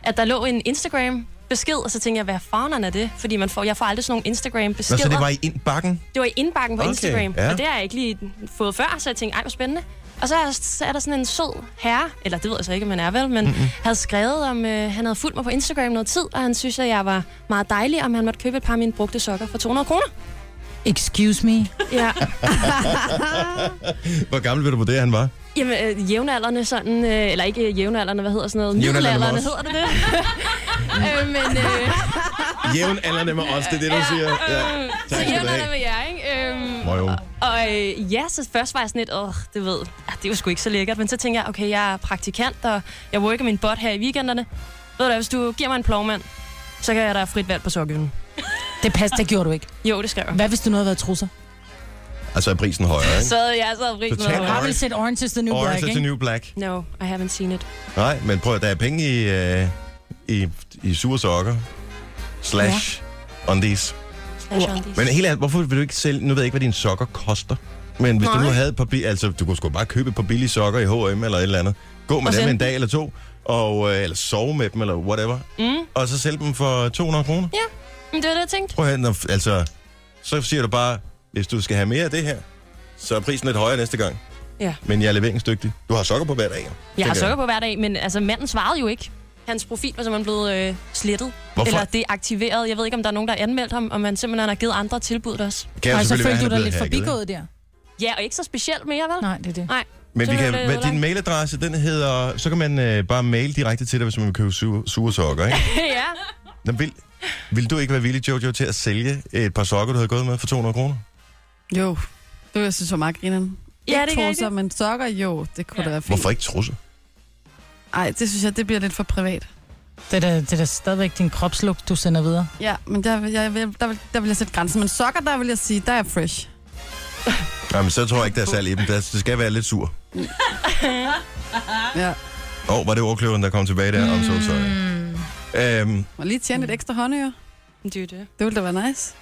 Speaker 4: at der lå en Instagram-besked, og så tænkte jeg, hvad fanden er det? Fordi man får, jeg får aldrig sådan nogle
Speaker 1: Nå,
Speaker 4: Instagram-beskeder.
Speaker 1: så det var i indbakken?
Speaker 4: det var i indbakken på
Speaker 1: Okay,
Speaker 4: okay, Instagram,
Speaker 1: ja.
Speaker 4: ja. og det har jeg ikke lige fået før, så jeg tænkte, ej, hvor spændende. Og så er, så er der sådan en sød herre, eller det ved jeg så ikke, om han er vel, men mm-hmm. havde skrevet om, øh, han havde fulgt mig på Instagram noget tid, og han synes, at jeg var meget dejlig, om han måtte købe et par af mine brugte sokker for 200 kroner.
Speaker 2: Excuse me.
Speaker 4: Ja,
Speaker 1: Hvor gammel vil du vurdere, han var?
Speaker 4: jamen øh, jævnaldrende sådan, øh, eller ikke øh, jævnaldrende, hvad hedder sådan noget?
Speaker 1: Jævnaldrende med
Speaker 4: Middelaldrende hedder det det? øh, men... Øh,
Speaker 1: Jævn alderne med os, det er det, du siger. Ja.
Speaker 4: Så
Speaker 1: Tak skal du
Speaker 4: jævnaldrende
Speaker 1: have.
Speaker 4: med jer, ikke? Øhm,
Speaker 1: Må jo.
Speaker 4: Og øh, ja, så først var jeg sådan lidt, åh, det ved, ah, det var sgu ikke så lækkert. Men så tænkte jeg, okay, jeg er praktikant, og jeg worker min bot her i weekenderne. Ved du hvad, hvis du giver mig en plovmand, så kan jeg da frit valg på sokkehylden.
Speaker 2: Det passer, det gjorde du ikke.
Speaker 4: Jo, det skrev jeg.
Speaker 2: Hvad hvis du nu havde været trusser?
Speaker 1: Altså er prisen højere, ikke?
Speaker 4: Så havde jeg så rigtig
Speaker 1: Total
Speaker 4: noget.
Speaker 2: Jeg har
Speaker 1: Orange.
Speaker 2: vel set Orange is the New Black,
Speaker 1: Orange is the
Speaker 2: ikke?
Speaker 1: new black.
Speaker 4: No, I haven't seen it.
Speaker 1: Nej, men prøv at der er penge i, øh, i, i sure sokker. Slash ja. undies.
Speaker 4: Slash undies.
Speaker 1: Men helt ærligt, hvorfor vil du ikke sælge... Nu ved jeg ikke, hvad dine sokker koster. Men hvis Nej. du nu
Speaker 4: Nej.
Speaker 1: havde et par billige... Altså, du kunne sgu bare købe et par billige sokker i H&M eller et eller andet. Gå med
Speaker 4: Og
Speaker 1: dem
Speaker 4: sælge
Speaker 1: en
Speaker 4: dem.
Speaker 1: dag eller to. Og, øh, eller sove med dem, eller whatever. Mm. Og så sælge dem for 200 kroner.
Speaker 4: Ja, men det var det, jeg tænkte.
Speaker 1: Prøv at høre, når- altså... Så siger du bare, hvis du skal have mere af det her, så er prisen lidt højere næste gang.
Speaker 4: Ja.
Speaker 1: Men jeg er leveringsdygtig. Du har sokker på hver dag, jo.
Speaker 4: Jeg har
Speaker 1: Tænker
Speaker 4: sukker på hver dag, men altså, manden svarede jo ikke. Hans profil var simpelthen blevet øh, slettet.
Speaker 1: Hvorfor?
Speaker 4: Eller deaktiveret. Jeg ved ikke, om der er nogen, der har anmeldt ham, om han simpelthen har givet andre tilbud også.
Speaker 1: Kan jo
Speaker 2: Ej, så
Speaker 1: selvfølgelig være,
Speaker 2: følte du
Speaker 1: han er
Speaker 2: dig
Speaker 1: blevet
Speaker 2: lidt
Speaker 1: hacket, ikke?
Speaker 2: forbigået der.
Speaker 4: Ja, og ikke så specielt mere, vel?
Speaker 2: Nej, det er det.
Speaker 4: Nej.
Speaker 1: Men
Speaker 4: Så
Speaker 1: vi
Speaker 4: blev
Speaker 1: kan,
Speaker 4: det
Speaker 1: hvad, din
Speaker 4: ødelagt.
Speaker 1: mailadresse, den hedder, så kan man øh, bare mail direkte til dig, hvis man vil købe sure, sure sokker, ikke?
Speaker 4: ja.
Speaker 1: Nå, vil, vil du ikke være villig, Jojo, til at sælge et par sokker, du havde gået med for 200 kroner?
Speaker 3: Jo, det vil jeg synes var meget grineren.
Speaker 4: Ja, det
Speaker 3: Ikke
Speaker 4: er
Speaker 3: trusser,
Speaker 4: rigtigt.
Speaker 3: men sokker, jo, det kunne ja. da være fint.
Speaker 1: Hvorfor ikke trusse?
Speaker 3: Ej, det synes jeg, det bliver lidt for privat.
Speaker 2: Det er, da, det er da stadigvæk din kropslugt, du sender videre.
Speaker 3: Ja, men der, vil- jeg, vil- der, vil, der vil jeg sætte grænsen. Men sokker, der vil jeg sige, der er jeg fresh.
Speaker 1: Jamen, så tror jeg ikke, der er salg i dem. Der, det skal være lidt sur.
Speaker 3: Ja,
Speaker 1: Åh, oh, var det ordkløveren, der kom tilbage der? Mm. I'm so sorry. Øhm,
Speaker 3: og lige tjene et ekstra håndører.
Speaker 4: Det er jo det.
Speaker 3: Det ville da være nice.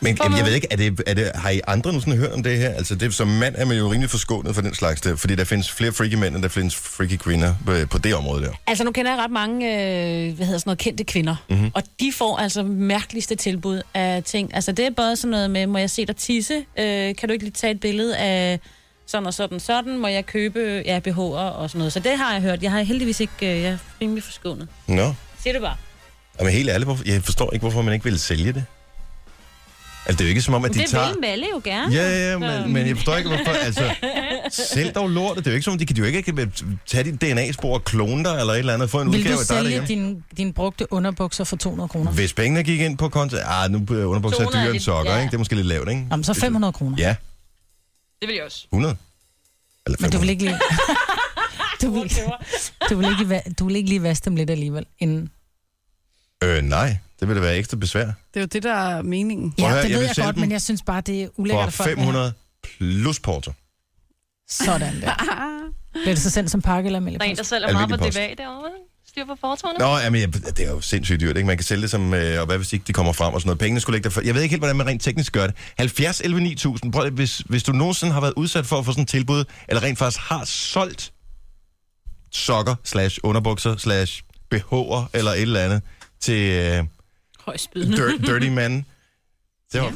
Speaker 1: men jeg, jeg ved ikke, er det, er det, har I andre nogensinde hørt om det her? Altså, det, som mand er man jo rimelig forskånet for den slags der, fordi der findes flere freaky mænd, end der findes freaky kvinder øh, på det område der.
Speaker 7: Altså, nu kender jeg ret mange, øh, hvad hedder sådan noget, kendte kvinder.
Speaker 1: Mhm.
Speaker 7: Mm-hmm. Og de får altså mærkeligste tilbud af ting. Altså, det er både sådan noget med, må jeg se dig tisse? Øh, kan du ikke lige tage et billede af sådan og sådan sådan? Må jeg købe ja, BH'er og sådan noget? Så det har jeg hørt. Jeg har heldigvis ikke, øh, jeg er rimelig forskånet.
Speaker 1: Nå. No.
Speaker 7: Siger du bare.
Speaker 1: Jamen helt ærligt, hvorfor- jeg forstår ikke, hvorfor man ikke vil sælge det. Altså, det er jo ikke som om, at de
Speaker 7: det
Speaker 1: tager...
Speaker 7: vil Malle jo gerne.
Speaker 1: Ja, ja, ja, men, men jeg forstår ikke, hvorfor... Altså, sælg dog lortet. Det er jo ikke som om, de kan de jo ikke kan tage dit DNA-spor og klone dig eller et eller andet og få en
Speaker 2: Vil
Speaker 1: udgave
Speaker 2: du
Speaker 1: af dig
Speaker 2: sælge
Speaker 1: derhjemme.
Speaker 2: din, din brugte underbukser for 200 kroner?
Speaker 1: Hvis pengene gik ind på konto... Ah, nu er underbukser
Speaker 7: 200 er
Speaker 1: dyre end
Speaker 7: lidt-
Speaker 1: sokker,
Speaker 7: ja.
Speaker 1: ikke? Det er måske lidt lavt, ikke?
Speaker 2: Jamen, så 500 kroner.
Speaker 1: Ja,
Speaker 4: Det vil jeg også.
Speaker 1: 100. Eller
Speaker 2: Men du vil
Speaker 1: 500.
Speaker 2: ikke lige... du, vil, du, vil ikke, va- du vil ikke lige vaske dem lidt alligevel, inden...
Speaker 1: Øh, nej. Det vil da være ekstra besvær.
Speaker 3: Det er jo det, der er meningen.
Speaker 1: Prøv at
Speaker 2: Ja,
Speaker 1: høre,
Speaker 2: det
Speaker 1: jeg
Speaker 2: ved
Speaker 1: vil
Speaker 2: jeg
Speaker 1: sælge
Speaker 2: godt,
Speaker 1: dem
Speaker 2: men jeg synes bare, det er
Speaker 1: For
Speaker 2: ulækkert at folk vil have-
Speaker 1: 500 plus porto.
Speaker 2: Sådan der. Bliver det så sendt som pakke eller
Speaker 4: Der er en,
Speaker 2: mælkepost?
Speaker 4: der sælger
Speaker 1: Almindelig
Speaker 4: meget på
Speaker 1: post.
Speaker 4: DBA derovre. Styr på fortorene.
Speaker 1: Nå, jamen, jeg, det er jo sindssygt dyrt, ikke? Man kan sælge det som, øh, og hvad hvis ikke de kommer frem og sådan noget. Pengene skulle ligge der. Jeg ved ikke helt, hvordan man rent teknisk gør det. 70 11 9000. Prøv, lige, hvis, hvis du nogensinde har været udsat for at få sådan et tilbud, eller rent faktisk har solgt sokker, slash underbukser, slash BH'er, eller et eller andet, til øh,
Speaker 7: Højstbydende.
Speaker 1: dirt, dirty man. Det var,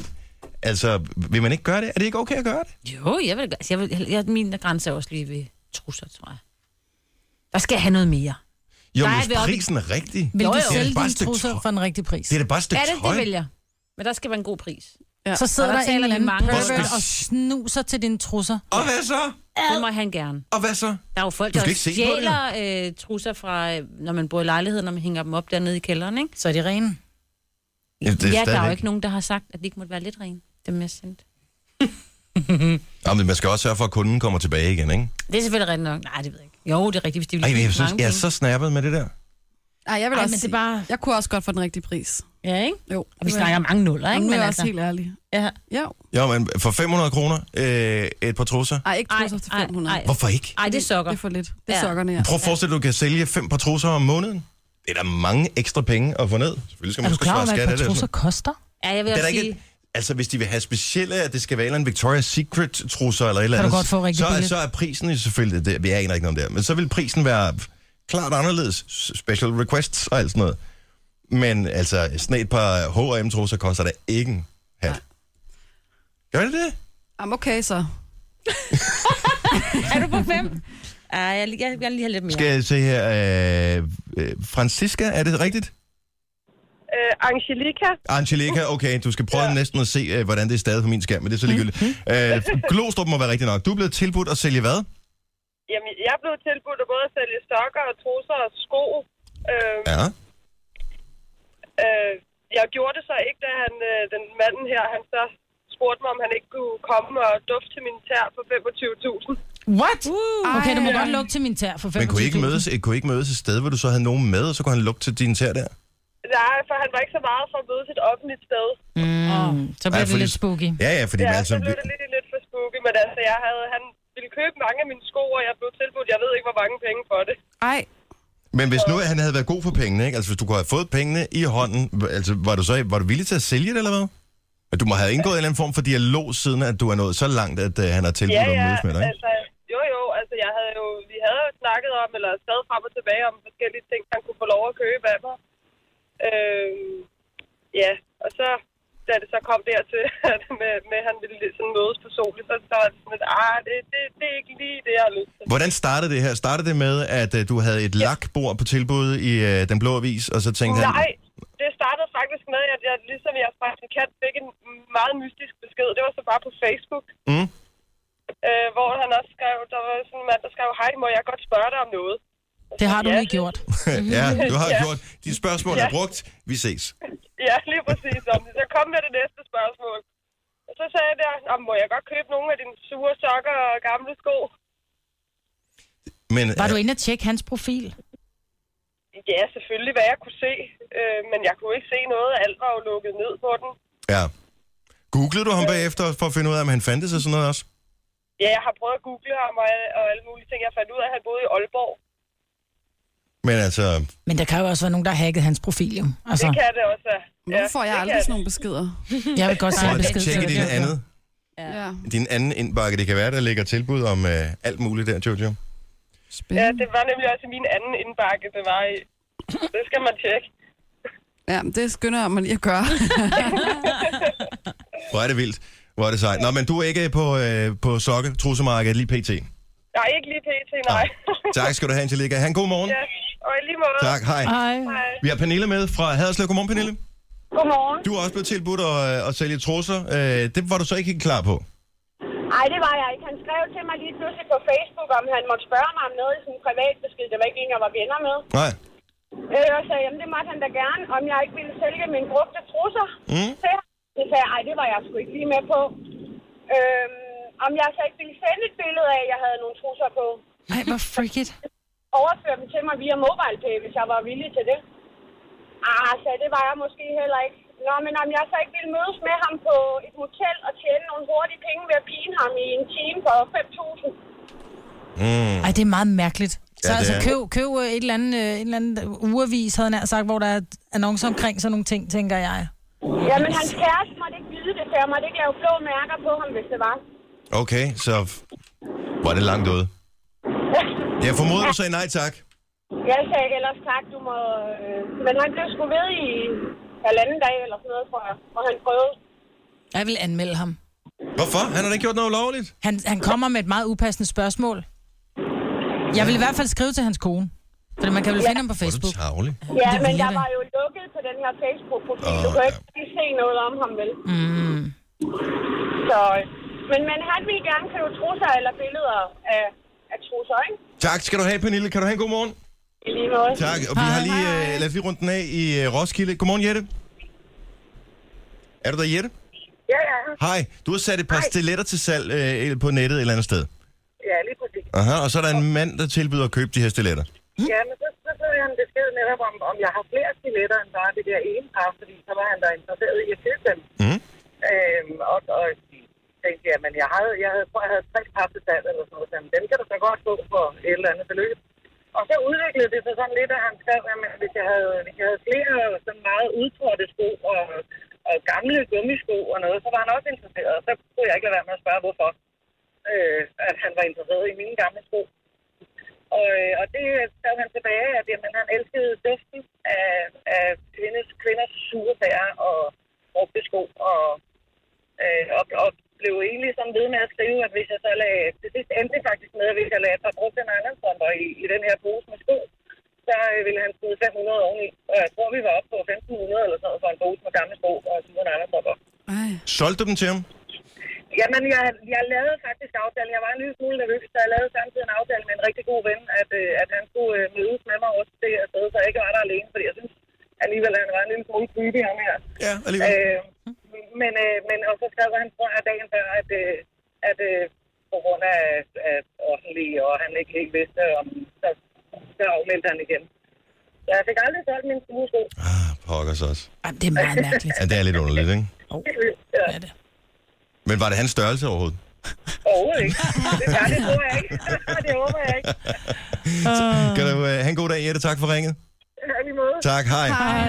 Speaker 1: Altså, vil man ikke gøre det? Er det ikke okay at gøre det?
Speaker 7: Jo, jeg vil, da- jeg vil jeg, min grænse er også lige ved trusser, tror jeg. Der skal jeg have noget mere.
Speaker 1: Jo,
Speaker 7: Nej,
Speaker 1: men
Speaker 7: vi
Speaker 1: hvis
Speaker 7: er oppe i-
Speaker 1: prisen er rigtig,
Speaker 2: Vil
Speaker 7: Jo,
Speaker 2: du
Speaker 7: jo.
Speaker 1: Det er
Speaker 2: sælge
Speaker 1: bare et
Speaker 2: dine
Speaker 1: stykke
Speaker 2: trusser
Speaker 1: tøj.
Speaker 2: for en rigtig pris?
Speaker 1: det er da bare et stykke
Speaker 7: Ja, det,
Speaker 1: tøj.
Speaker 7: det vil jeg. Men der skal være en god pris.
Speaker 3: Ja.
Speaker 2: Så sidder
Speaker 7: Og der
Speaker 2: der, en
Speaker 7: taler
Speaker 2: eller
Speaker 7: vi
Speaker 2: anden
Speaker 7: mange
Speaker 1: gange
Speaker 2: pervert
Speaker 1: om-
Speaker 2: og snuser til dine trusser.
Speaker 1: Og hvad så?
Speaker 7: Det må han gerne.
Speaker 1: Og hvad så?
Speaker 7: Der er jo folk,
Speaker 1: Du skal
Speaker 7: der
Speaker 1: ikke se på det, jo.
Speaker 7: stjæler øh, trusser fra, øh, når man bor i lejligheden, når man hænger dem op dernede i kælderen, ikke?
Speaker 2: Så er de rene.
Speaker 1: Ja, det er
Speaker 7: ja, der er jo
Speaker 1: stadigvæk-
Speaker 7: ikke nogen, der har sagt, at de ikke måtte være lidt rene. Dem jeg sendte.
Speaker 1: Nå, men man skal også sørge for, at kunden kommer tilbage igen, ikke?
Speaker 7: Det er selvfølgelig rigtigt nok. Nej, det ved jeg ikke. Jo, det er rigtigt, hvis de vil
Speaker 1: Ej, men jeg, synes,
Speaker 7: mange
Speaker 1: jeg er
Speaker 7: penge.
Speaker 1: så snappet med det der.
Speaker 3: Ej, jeg vil
Speaker 7: Ej,
Speaker 3: også
Speaker 7: men det
Speaker 3: sige,
Speaker 7: er bare...
Speaker 3: jeg kunne også godt få den rigtige pris.
Speaker 7: Ja, ikke?
Speaker 3: Jo,
Speaker 7: Og vi snakker mange nuller,
Speaker 3: ikke,
Speaker 7: ikke? altså-
Speaker 3: nu er jeg også helt ærlig.
Speaker 7: Ja.
Speaker 3: Ja.
Speaker 1: Jo, men for 500 kroner, øh, et par trusser.
Speaker 3: Ej, ikke
Speaker 7: Ej,
Speaker 3: 2 til
Speaker 7: ej,
Speaker 3: 500.
Speaker 7: ej.
Speaker 1: Hvorfor ikke?
Speaker 7: Ej, det er sokker.
Speaker 3: Det er for lidt. Det er
Speaker 7: Ja.
Speaker 3: sokkerne, ja.
Speaker 1: Prøv at forestille dig, du kan sælge fem par trusser om måneden. Det er da mange ekstra penge at få ned. Selvfølgelig skal
Speaker 2: Er
Speaker 1: man
Speaker 2: du
Speaker 1: huske at
Speaker 2: klar over,
Speaker 1: svare
Speaker 2: hvad
Speaker 1: skat af
Speaker 2: et
Speaker 1: det.
Speaker 2: par
Speaker 1: og
Speaker 2: trusser
Speaker 1: sådan
Speaker 2: koster?
Speaker 7: Ja, jeg vil
Speaker 1: noget. Det er
Speaker 7: også
Speaker 1: der
Speaker 7: sige...
Speaker 1: ikke, altså, hvis de vil have specielle, at det skal være en eller anden Victoria's Secret trusser eller et eller
Speaker 2: Kan du
Speaker 1: andet,
Speaker 2: godt få rigtig
Speaker 1: så, er-
Speaker 2: billigt.
Speaker 1: så er prisen jo selvfølgelig, det, vi aner ikke noget om det, men så vil prisen være klart anderledes. Special requests og alt sådan noget. Men altså, sådan et par H&M trusser koster da ikke en hat. Gør det det?
Speaker 3: Jamen, okay så.
Speaker 7: er du på fem? Ej, jeg, jeg, jeg vil lige have lidt mere.
Speaker 1: Skal jeg se her, øh, øh, Francisca, er det rigtigt?
Speaker 8: Øh, Angelica,
Speaker 1: Angelica, okay, du skal prøve ja. næsten at se, øh, hvordan det er stadig på min skærm, men det er så ligegyldigt.
Speaker 8: Mhm.
Speaker 1: Øh, Glostrup må være rigtig nok. Du er blevet tilbudt at sælge hvad?
Speaker 8: jamen, jeg blev tilbudt at både at sælge sokker og trusser og sko. Øh,
Speaker 1: Ja.
Speaker 8: øh, jeg gjorde det så ikke, da han, øh, den manden her, han så spurgte mig, om han ikke kunne komme og dufte til min tær for 25.000.
Speaker 2: What? Uh, okay, du må godt lukke til min tær for 25.000.
Speaker 1: Men kunne I ikke mødes, kunne I ikke mødes et sted, hvor du så havde nogen med, og så kunne han lugte til din tær der?
Speaker 8: Mm. Nej, for han var ikke så meget for at mødes et offentligt sted.
Speaker 2: Mm, så bliver
Speaker 1: Ej,
Speaker 2: det
Speaker 1: fordi-
Speaker 2: lidt spooky.
Speaker 1: Ja, ja, fordi
Speaker 8: Ja,
Speaker 1: man
Speaker 8: så
Speaker 1: altså...
Speaker 8: blev det lidt, lidt for spooky, men altså, jeg havde, han ville købe mange af mine sko, og jeg blev tilbudt, jeg ved ikke, hvor mange penge for det.
Speaker 3: Ej,
Speaker 1: Men hvis nu han havde været god for pengene, ikke? altså hvis du kunne have fået pengene i hånden, h- altså var du så var du villig til at sælge det, eller hvad? Men Du må have indgået en eller anden form for dialog, siden at du er nået så langt, at uh, han har tilbudt
Speaker 8: Ja,
Speaker 1: at
Speaker 8: ja,
Speaker 1: mødes med dig. Ikke?
Speaker 8: altså, jo jo, altså, jeg havde jo, vi havde jo snakket om, eller skrevet frem og tilbage om forskellige ting, han kunne få lov at købe af mig. Øhm, ja, og så, da det så kom dertil, at med, med han ville lidt sådan mødes personligt, så, så var det sådan, at ah, det, det, det er ikke lige det, jeg har lyst til.
Speaker 1: Hvordan startede det her? Startede det med, at uh, du havde et lakbord på tilbud i uh, Den Blå Avis, og så tænkte han...
Speaker 8: Nej, det startede faktisk med, at jeg ligesom jeg praktikant fik en meget mystisk besked. Det var så bare på Facebook.
Speaker 1: Mm.
Speaker 8: Øh, hvor han også skrev, der var sådan en mand, der skrev, hej, må jeg godt spørge dig om noget?
Speaker 2: Det har du
Speaker 8: Ja.
Speaker 2: ikke gjort.
Speaker 1: ja, du har
Speaker 8: Ja.
Speaker 1: gjort... De spørgsmål er brugt. Vi ses.
Speaker 8: Ja, lige præcis. Om det. Så kom med det næste spørgsmål. Og så sagde jeg der, "Nå, må jeg godt købe nogle af dine sure sokker og gamle sko?
Speaker 1: Men,
Speaker 2: Var
Speaker 1: øh,
Speaker 2: du inde og tjekke hans profil?
Speaker 8: Ja, selvfølgelig, hvad jeg kunne se. Øh, men jeg kunne ikke se noget. Alt var jo lukket ned på den.
Speaker 1: Ja. Googlede du ham bagefter for at finde ud af, om han fandtes og sådan noget også?
Speaker 8: Ja, jeg har prøvet at google ham og, og alle mulige ting. Jeg fandt ud af, at han boede i Aalborg.
Speaker 1: Men altså,
Speaker 2: Men der kan jo også være nogen, der har hacket hans profil, jo. Altså,
Speaker 8: Det kan det også være.
Speaker 3: hvorfor får jeg
Speaker 8: det
Speaker 3: aldrig
Speaker 8: kan
Speaker 3: sådan nogle beskeder?
Speaker 2: jeg vil godt sende
Speaker 1: prøv
Speaker 2: en
Speaker 1: at
Speaker 2: besked
Speaker 1: tjekke
Speaker 2: til
Speaker 1: din
Speaker 2: dig.
Speaker 1: andet,
Speaker 3: Ja.
Speaker 1: din anden indbakke. Det kan være, der ligger tilbud om øh, alt muligt der, Jojo.
Speaker 8: Ja,
Speaker 3: Spændende.
Speaker 8: det var nemlig også i min anden indbakke, det var i. Det skal man tjekke.
Speaker 3: Ja, det skynder jeg mig lige at gøre.
Speaker 1: Hvor er det vildt. Hvor er det sejt. Nå, men du er ikke på, øh, på sokke, trussemarkedet lige pt.
Speaker 8: Nej, ikke lige pt, nej.
Speaker 1: Tak skal du have, Angelica. Han god morgen.
Speaker 8: ja, og i lige måde.
Speaker 1: Tak, hej.
Speaker 2: Ej.
Speaker 8: Hej.
Speaker 1: Vi har Pernille med fra Haderslev. Godmorgen, Pernille.
Speaker 8: Godmorgen.
Speaker 1: Du er også blevet tilbudt at, øh, at sælge trusser. Øh, det var du så ikke helt klar på.
Speaker 8: Nej, det var jeg ikke. Han skrev til mig lige pludselig på Facebook, om han måtte spørge mig om noget i sin privatbesked, det var ikke en, jeg var venner med.
Speaker 1: Nej.
Speaker 8: Øh, og sagde, jamen det måtte han da gerne, om jeg ikke ville sælge mine brugte trusser.
Speaker 1: Mm.
Speaker 8: til ham. Det sagde jeg, "Ej, det var jeg sgu ikke lige med på. Øhm, om jeg så ikke ville sende et billede af, at jeg havde nogle trusser på.
Speaker 2: Ej, hvor freaket.
Speaker 8: overføre dem til mig via MobilePay, hvis jeg var villig til det. Ah, sagde, det var jeg måske heller ikke. Nå, men om jeg så ikke ville mødes med ham på et hotel og tjene nogle hurtige penge ved at pine ham i en time for 5.000.
Speaker 1: Mm.
Speaker 2: Ej, det er meget mærkeligt. Så
Speaker 1: Ja,
Speaker 2: ja,
Speaker 1: det
Speaker 2: altså,
Speaker 1: er.
Speaker 2: køb, køb øh, et eller andet, øh, en eller anden ugeavis, havde jeg nær sagt, hvor der er annoncer omkring sådan nogle ting, tænker jeg.
Speaker 8: Jamen, hans kæreste måtte ikke vide det, så jeg måtte ikke lave blå mærker på ham, hvis det var.
Speaker 1: Okay, så f- hvor er det langt ude. Jeg formoder, du sagde nej tak.
Speaker 8: Jeg sagde ellers tak, du må... Øh, men han blev sgu ved i halvanden dag eller sådan noget, tror jeg, og han prøvede.
Speaker 2: Jeg vil anmelde ham.
Speaker 1: Hvorfor? Han har da ikke gjort noget ulovligt.
Speaker 2: Han, han kommer med et meget upassende spørgsmål. Jeg vil i hvert fald skrive til hans kone. Fordi man kan vel finde ham på
Speaker 1: Hvor er du
Speaker 2: Facebook.
Speaker 1: tavlig.
Speaker 8: Ja,
Speaker 2: Det
Speaker 8: men
Speaker 2: ville
Speaker 8: jeg
Speaker 2: det.
Speaker 8: var jo lukket på den her Facebook-profil.
Speaker 1: Åh,
Speaker 8: du kan
Speaker 1: ja.
Speaker 8: ikke lige se noget om ham, vel?
Speaker 2: Mm.
Speaker 8: Så, øh, men, men han ville gerne købe trusser eller billeder af, af trusser, ikke?
Speaker 1: Tak skal du have, Pernille. Kan du have en god morgen?
Speaker 8: I lige måde.
Speaker 1: Tak, og vi har lige, øh, lad os lige rundt den af i øh, Roskilde. Godmorgen, Jette. Er du der, Jette?
Speaker 8: Ja, ja.
Speaker 1: Hej, du har sat et par stiletter til salg øh, på nettet et eller andet sted.
Speaker 8: Ja, lige præcis.
Speaker 1: Aha, og så er der en mand, der tilbyder at købe de her stiletter.
Speaker 8: Ja, men så, så så jeg en besked netop om, om jeg har flere stiletter end bare det der ene par, fordi så var han da interesseret i at købe dem.
Speaker 1: Mm.
Speaker 8: Øhm, og, og tænkte jeg, men jeg havde, jeg havde, tror, jeg havde tre par til salg eller sådan noget. Så jamen, dem kan du så godt få for et eller andet beløb. Og så udviklede det sig sådan lidt, at han skrev, at hvis jeg havde, hvis jeg havde flere sådan meget udtrådte sko og, og gamle gummisko og noget, så var han også interesseret. Og så kunne jeg ikke lade være med at spørge, hvorfor øh, at han var interesseret i mine gamle sko. Og, øh, og det skrev han tilbage, at jamen, han elskede duften af, af kvindes, kvinders sure bær og brugte sko. Og, øh, og, og blev egentlig sådan ved med at skrive, at hvis jeg så lagde... Til sidst endte det faktisk med, øh, tror, vi var oppe på 1500 eller sådan noget for en bose med gamle sko og Simon Andersopper.
Speaker 3: Ej.
Speaker 1: Solgte du dem til ham?
Speaker 8: Jamen, jeg, jeg lavede faktisk aftalen. Jeg var en lille smule nervøs, så jeg lavede samtidig en aftale med en rigtig god ven, at, øh, at han skulle øh, mødes med mig også det her sted, så jeg ikke var der alene, fordi jeg synes alligevel, at han var en lille smule creepy ham her.
Speaker 1: Ja, alligevel.
Speaker 8: Øh, men, øh, men og så skrev han, tror jeg, dagen før, at, øh, at øh, på grund af at offentlige, og han ikke helt vidste om, så, så afmeldte han igen. Så jeg fik aldrig solgt min skuesko.
Speaker 1: Ah, pokkers også.
Speaker 2: Jamen, det er meget mærkeligt.
Speaker 1: Ja, det er lidt underligt, ikke?
Speaker 8: Ja,
Speaker 2: Er det?
Speaker 1: Men var det hans størrelse overhovedet?
Speaker 8: overhovedet ikke. Det, gør, det tror jeg ikke. det håber jeg ikke.
Speaker 2: Ah.
Speaker 1: Kan du uh, have en god dag, Jette? Tak for ringet.
Speaker 8: Ja, i lige måde.
Speaker 1: Tak, hej. Hej.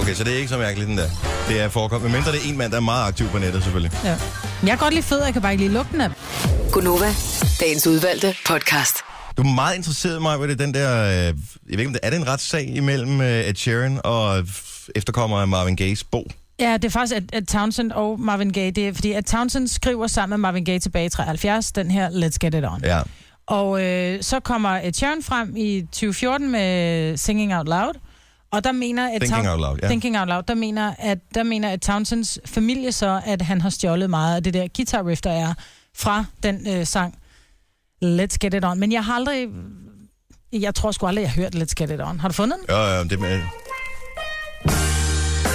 Speaker 1: Okay, så det er ikke så mærkeligt, den der. Det er forekommet. Men mindre det er en mand, der er meget aktiv på nettet, selvfølgelig.
Speaker 2: Ja. Jeg kan godt lide fødder, jeg kan bare ikke lide lugten af dem.
Speaker 5: Gunova, dagens udvalgte podcast.
Speaker 1: Du er meget interesseret mig ved det, den der... Øh, jeg ved ikke, om det er det en retssag imellem øh, Ed Sheeran og øh, efterkommere af Marvin Gaye's Bo.
Speaker 2: Ja, det er faktisk, at, at Townsend og Marvin Gaye, det er fordi, at Townsend skriver sammen med Marvin Gaye tilbage i 73, den her Let's Get It On.
Speaker 1: Ja.
Speaker 2: Og øh, så kommer Ed Sheeran frem i 2014 med Singing Out Loud, og der mener, at
Speaker 1: Thinking Out Loud, ja.
Speaker 2: Thinking Out Loud, der mener, at, der mener, at Townsends familie så, at han har stjålet meget af det der guitar riff, der er fra den øh, sang Let's Get It On. Men jeg har aldrig, jeg tror sgu aldrig, jeg har hørt Let's Get It On. Har du fundet den?
Speaker 1: Jo, jo, det med...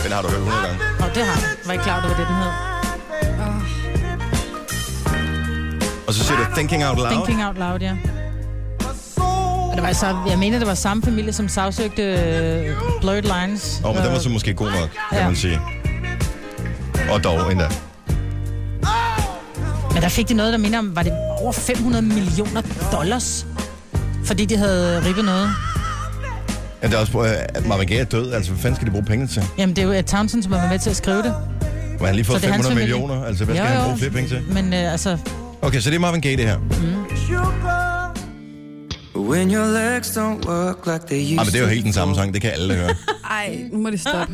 Speaker 1: Den har du hørt 100 gange.
Speaker 2: Åh, oh, det har jeg. Var ikke klar, over, det var det, den hed.
Speaker 1: Og så siger du Thinking Out Loud.
Speaker 2: Thinking Out Loud, ja. Og det var så, jeg mener, det var samme familie, som sagsøgte øh, Blurred Lines.
Speaker 1: Åh, oh, men den var så
Speaker 2: Øh,
Speaker 1: måske god nok, kan
Speaker 2: Ja.
Speaker 1: man sige. Og dog endda.
Speaker 2: Men der fik de noget, der minder om, var det over 500 millioner dollars? Fordi de havde ribbet noget.
Speaker 1: Ja, det er også, øh, at Marvin Gaye er død. Altså, hvad fanden skal de bruge penge til?
Speaker 2: Jamen, det er jo Ed Townsend, som har været med til at skrive det.
Speaker 1: Men han har lige
Speaker 2: Så
Speaker 1: fået
Speaker 2: det er hans
Speaker 1: 500
Speaker 2: familie.
Speaker 1: millioner. Altså, hvad skal
Speaker 2: Jo,
Speaker 1: han
Speaker 2: jo.
Speaker 1: bruge flere penge til?
Speaker 2: Men øh, altså,
Speaker 1: Okay, så det er Marvin Gaye, det her.
Speaker 9: When your legs don't work like they used
Speaker 1: Ah, men det er jo helt den samme sang. Det kan alle høre.
Speaker 3: Ej, nu må det stoppe.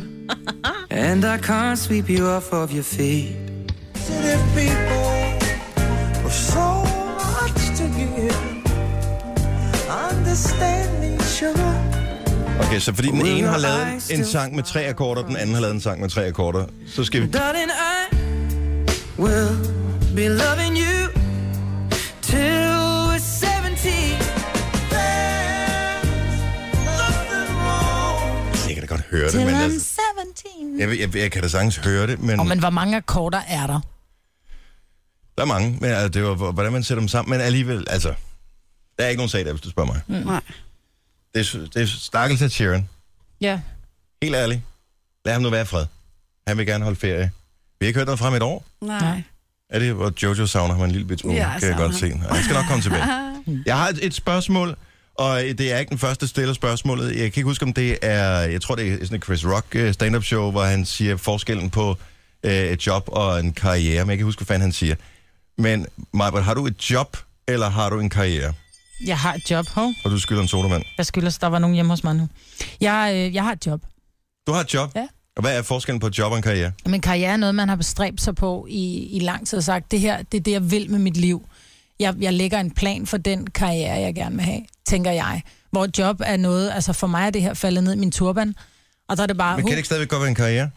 Speaker 9: And I can't sweep you off of your feet.
Speaker 1: Okay, så fordi den ene har lavet en sang med tre akkorder, den anden har lavet en sang med tre akkorder, så skal vi...
Speaker 9: Darling, I will be loving you till we're 70.
Speaker 1: Jeg kan da godt høre det, men altså,
Speaker 2: 17.
Speaker 1: jeg, ved- jeg, jeg kan da sagtens høre det, men
Speaker 2: Og
Speaker 1: der
Speaker 2: men hvor mange akkorder er der?
Speaker 1: er mange. Men altså, det var, hvordan man sætter dem sammen, men alligevel, altså... Der er ikke nogen sag der, hvis du spørger mig.
Speaker 10: Mm.
Speaker 3: Nej.
Speaker 1: Det er, det er stakkels af Sharon.
Speaker 2: Ja.
Speaker 1: Helt ærligt. Lad ham nu være i fred. Han vil gerne holde ferie. Vi har ikke hørt noget frem i et år.
Speaker 3: Nej.
Speaker 1: Er det, hvor Jojo savner ham en lille bit smule?
Speaker 3: Ja,
Speaker 1: kan jeg
Speaker 3: savner
Speaker 1: godt se.
Speaker 3: ham.
Speaker 1: Og Han skal nok komme tilbage. Jeg har et, et spørgsmål, og det er ikke den første, der stiller spørgsmålet. Jeg kan ikke huske, om det er... Jeg tror, det er sådan et Chris Rock øh, stand-up show, hvor han siger forskellen på øh, et job og en karriere. Men jeg kan ikke huske, hvad fanden han siger. Men Majbert, har du et job, eller har du en karriere?
Speaker 2: Jeg har et job, hov.
Speaker 1: Og du skylder en sodavand.
Speaker 2: Jeg skylder, der var nogen hjemme hos mig nu. Jeg, øh, jeg har et job.
Speaker 1: Du har et job.
Speaker 2: Ja.
Speaker 1: Og hvad er forskellen på et job og en karriere?
Speaker 2: Men karriere er noget, man har bestræbt sig på i, i lang tid og sagt, det her, det er det, jeg vil med mit liv. Jeg, jeg lægger en plan for den karriere, jeg gerne vil have, tænker jeg. Hvor et job er noget, altså for mig er det her faldet ned i min turban, og der er det
Speaker 3: Ah,
Speaker 2: bare, hmm,
Speaker 1: Men kan det ikke stadigvæk godt være en karriere?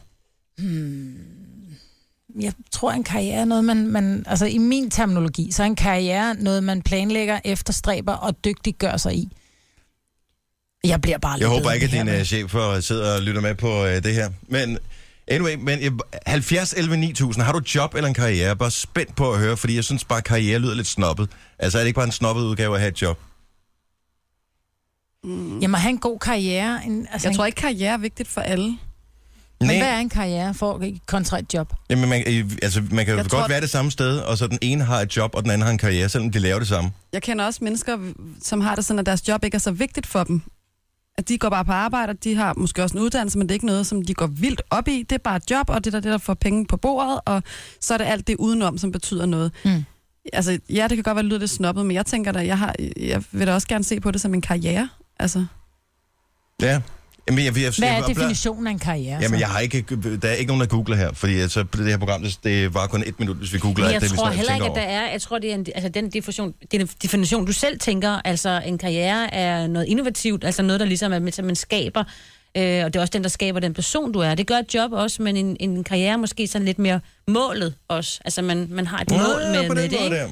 Speaker 2: jeg tror, en karriere er noget, man, man, altså i min terminologi, så er en karriere noget, man planlægger, efterstræber og dygtiggør sig i. Jeg bliver bare
Speaker 1: Jeg
Speaker 2: lidt
Speaker 1: håber
Speaker 2: bedre
Speaker 1: ikke, at
Speaker 2: end det her,
Speaker 1: din
Speaker 2: men-
Speaker 1: uh, chef øh, sidder og lytter med på uh, det her. Men anyway, men øh, jeg- 70 11 9000, har du et job eller en karriere? Jeg er bare spændt på at høre, fordi jeg synes bare, at karriere lyder lidt snobbet. Altså er det ikke bare en snobbet udgave at have et job? Mm-hmm.
Speaker 2: Jamen, at have en god karriere. En, altså
Speaker 3: Jeg tror ikke, karriere er vigtigt for alle.
Speaker 2: en, hvad er en karriere for kontra et job?
Speaker 1: Jamen, man, øh, altså, man kan jo
Speaker 3: Jeg
Speaker 1: godt
Speaker 3: tror-
Speaker 1: være det samme sted, og så den ene har et job, og den anden har en karriere, selvom de laver det samme.
Speaker 3: Jeg kender også mennesker, som har det sådan, at deres job ikke er så vigtigt for dem. At de går bare på arbejde, og de har måske også en uddannelse, men det er ikke noget, som de går vildt op i. Det er bare et job, og det er der, det, der får penge på bordet, og så er det alt det udenom, som betyder noget.
Speaker 2: Mm.
Speaker 3: Altså, ja, det kan godt være, det lyder lidt snobbet, men jeg tænker da, jeg, har, jeg vil da også gerne se på det som en karriere. Altså,
Speaker 1: Ja, Jamen, jeg, jeg, jeg,
Speaker 2: Hvad
Speaker 1: jeg,
Speaker 2: er
Speaker 1: jeg-
Speaker 2: definitionen af en karriere?
Speaker 1: Jamen, jeg har ikke, der er ikke nogen, der googler her, fordi altså, det her program, det, det var kun et minut, hvis vi googler
Speaker 7: Men
Speaker 1: alt
Speaker 7: jeg
Speaker 1: det, vi
Speaker 7: tror
Speaker 1: snakker-
Speaker 7: heller ikke,
Speaker 1: tænker
Speaker 7: at der
Speaker 1: over.
Speaker 7: er... Jeg tror, det er en, altså, den definition, det er en definition, du selv tænker. Altså, en karriere er noget innovativt, altså noget, der ligesom er med til, at man skaber. Øh, og det er også den, der skaber den person, du er. Det gør et job også, men en, en karriere er måske sådan lidt mere målet også. Altså, man, man har et
Speaker 1: Nå,
Speaker 7: mål med,
Speaker 1: på den
Speaker 7: med det,
Speaker 1: måde
Speaker 7: ikke?
Speaker 1: der.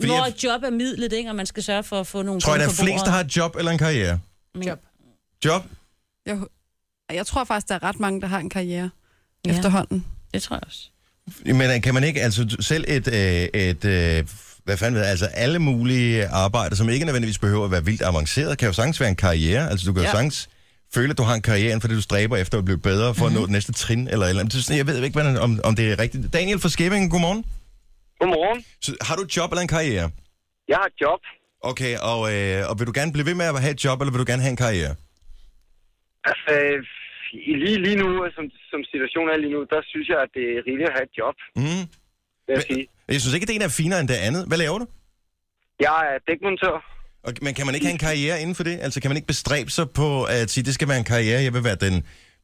Speaker 1: Fordi
Speaker 7: Hvor
Speaker 1: jeg-
Speaker 7: et job er midlet, ikke? Og man skal sørge for at få nogle
Speaker 1: Tror jeg,
Speaker 7: penge
Speaker 1: der er
Speaker 7: på
Speaker 1: flest, der
Speaker 7: bordet.
Speaker 1: har et job eller en karriere?
Speaker 7: Men-
Speaker 2: Job.
Speaker 1: Job?
Speaker 3: Jeg, jeg tror faktisk, der er ret mange, der har en karriere
Speaker 7: Ja.
Speaker 3: ja. efterhånden.
Speaker 7: Det tror jeg også.
Speaker 1: Men øh, kan man ikke, altså du- selv et, øh, et øh, hvad fanden ved jeg, altså alle mulige arbejder, som ikke nødvendigvis behøver at være vildt avanceret, kan jo sagtens være en karriere. Altså du kan ja.
Speaker 3: Ja.
Speaker 1: jo sagtens føle, at du har en karriere inden for det, du stræber efter at blive bedre for mm-hmm. at nå det næste trin eller et eller andet. Det er sådan, Jeg ved ikke, hvordan, om, om det er rigtigt. Daniel fra Skævingen, godmorgen.
Speaker 11: Godmorgen.
Speaker 1: Så, har du et job eller en karriere?
Speaker 11: Jeg har et job.
Speaker 1: Okay, og, øh, og vil du gerne blive ved med at have et job, eller vil du gerne have en karriere?
Speaker 11: Altså, øh, i- lige, lige nu, som, som situationen er lige nu, der synes jeg, at det er rigeligt at have et job,
Speaker 1: Mm.
Speaker 11: vil jeg sige.
Speaker 1: Jeg synes ikke, det ene er finere end det andet. Hvad laver du?
Speaker 11: Jeg er dækmontør.
Speaker 1: Og, men kan man ikke have en karriere inden for det? Altså kan man ikke bestræbe sig på at sige, det skal være en karriere, jeg vil være den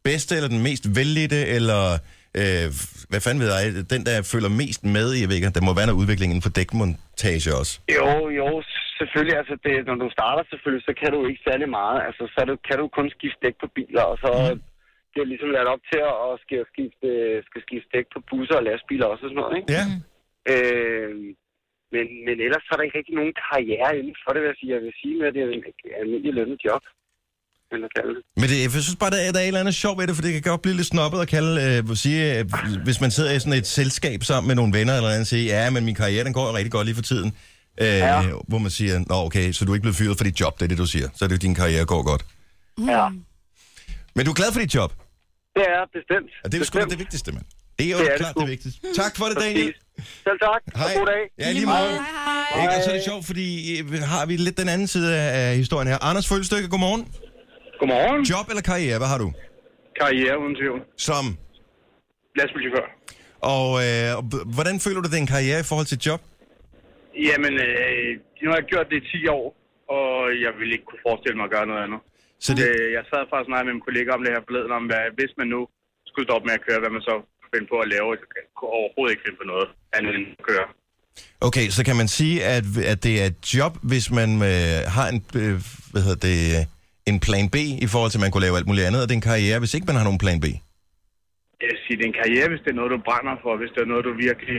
Speaker 1: bedste, eller den mest vellidte, eller øh, hvad fanden ved jeg, den der føler mest med i, jeg ved ikke, der må være noget udvikling inden for dækmontage også.
Speaker 11: Jo, jo, selvfølgelig. Altså, det, når du starter selvfølgelig, så kan du ikke særlig meget. Altså, så er du, kan du kun skifte dæk på biler, og så mm. det er ligesom lavet op til at at skal skifte, skal skifte dæk på busser og lastbiler også og sådan noget, ikke?
Speaker 1: Ja,
Speaker 11: Øh, men, men ellers så er der ikke rigtig nogen karriere inden for det, vil jeg sige. Jeg vil sige med, at det er en almindelig lønnet job, eller kalde det.
Speaker 1: men det, jeg synes bare, der er, der er et eller andet sjovt ved det, for det kan godt blive lidt snobbet at kalde, øh, at sige, øh, hvis man sidder i sådan et selskab sammen med nogle venner eller andet, og siger, ja, men min karriere, den går jo rigtig godt lige for tiden. Øh, ja.
Speaker 11: Ja.
Speaker 1: Hvor man siger, nå okay, så du er ikke blevet fyret for dit job, det er det, du siger. Så er det, din karriere går godt.
Speaker 12: Mm.
Speaker 11: Ja,
Speaker 1: Men du er glad for dit job?
Speaker 11: det er bestemt.
Speaker 1: Og det er jo sgu da
Speaker 11: Bestemt.
Speaker 1: det vigtigste, mand. Det er jo
Speaker 11: Det
Speaker 1: det
Speaker 11: er
Speaker 1: er
Speaker 11: det
Speaker 1: klart
Speaker 11: sgu.
Speaker 1: det, vigtigste. Tak for det, Daniel.
Speaker 11: Præcis. Selv tak, og god dag.
Speaker 1: Ja, lige meget. Ikke? Og så er det sjovt, fordi øh, har vi lidt den anden side af af historien her. Anders Følstykke, godmorgen.
Speaker 11: Godmorgen.
Speaker 1: Job eller karriere, hvad har du?
Speaker 11: Karriere uden tvivl.
Speaker 1: Som.
Speaker 11: Lastbilchauffør.
Speaker 1: Og øh, og b- hvordan føler du, det er en karriere i forhold til et job?
Speaker 11: Jamen, øh, nu har jeg gjort det i 10 år, og jeg ville ikke kunne forestille mig at gøre noget andet.
Speaker 1: Så det,
Speaker 11: Det... Øh, jeg sad faktisk og snakkede med en kollega om det her forleden, om hvad, hvis man nu skulle stoppe med at køre, hvad man så kunne finde på at lave. Jeg kunne overhovedet ikke finde på noget andet end at køre.
Speaker 1: okay, så kan man sige, at, at det er et job, hvis man øh, har en, øh, hvad hedder det, øh, en plan B i forhold til, at man kunne lave alt muligt andet, og det er en karriere, hvis ikke man har nogen plan B.
Speaker 11: Jeg vil sige, det er en karriere, hvis det er noget, du brænder for, hvis det er noget, du virkelig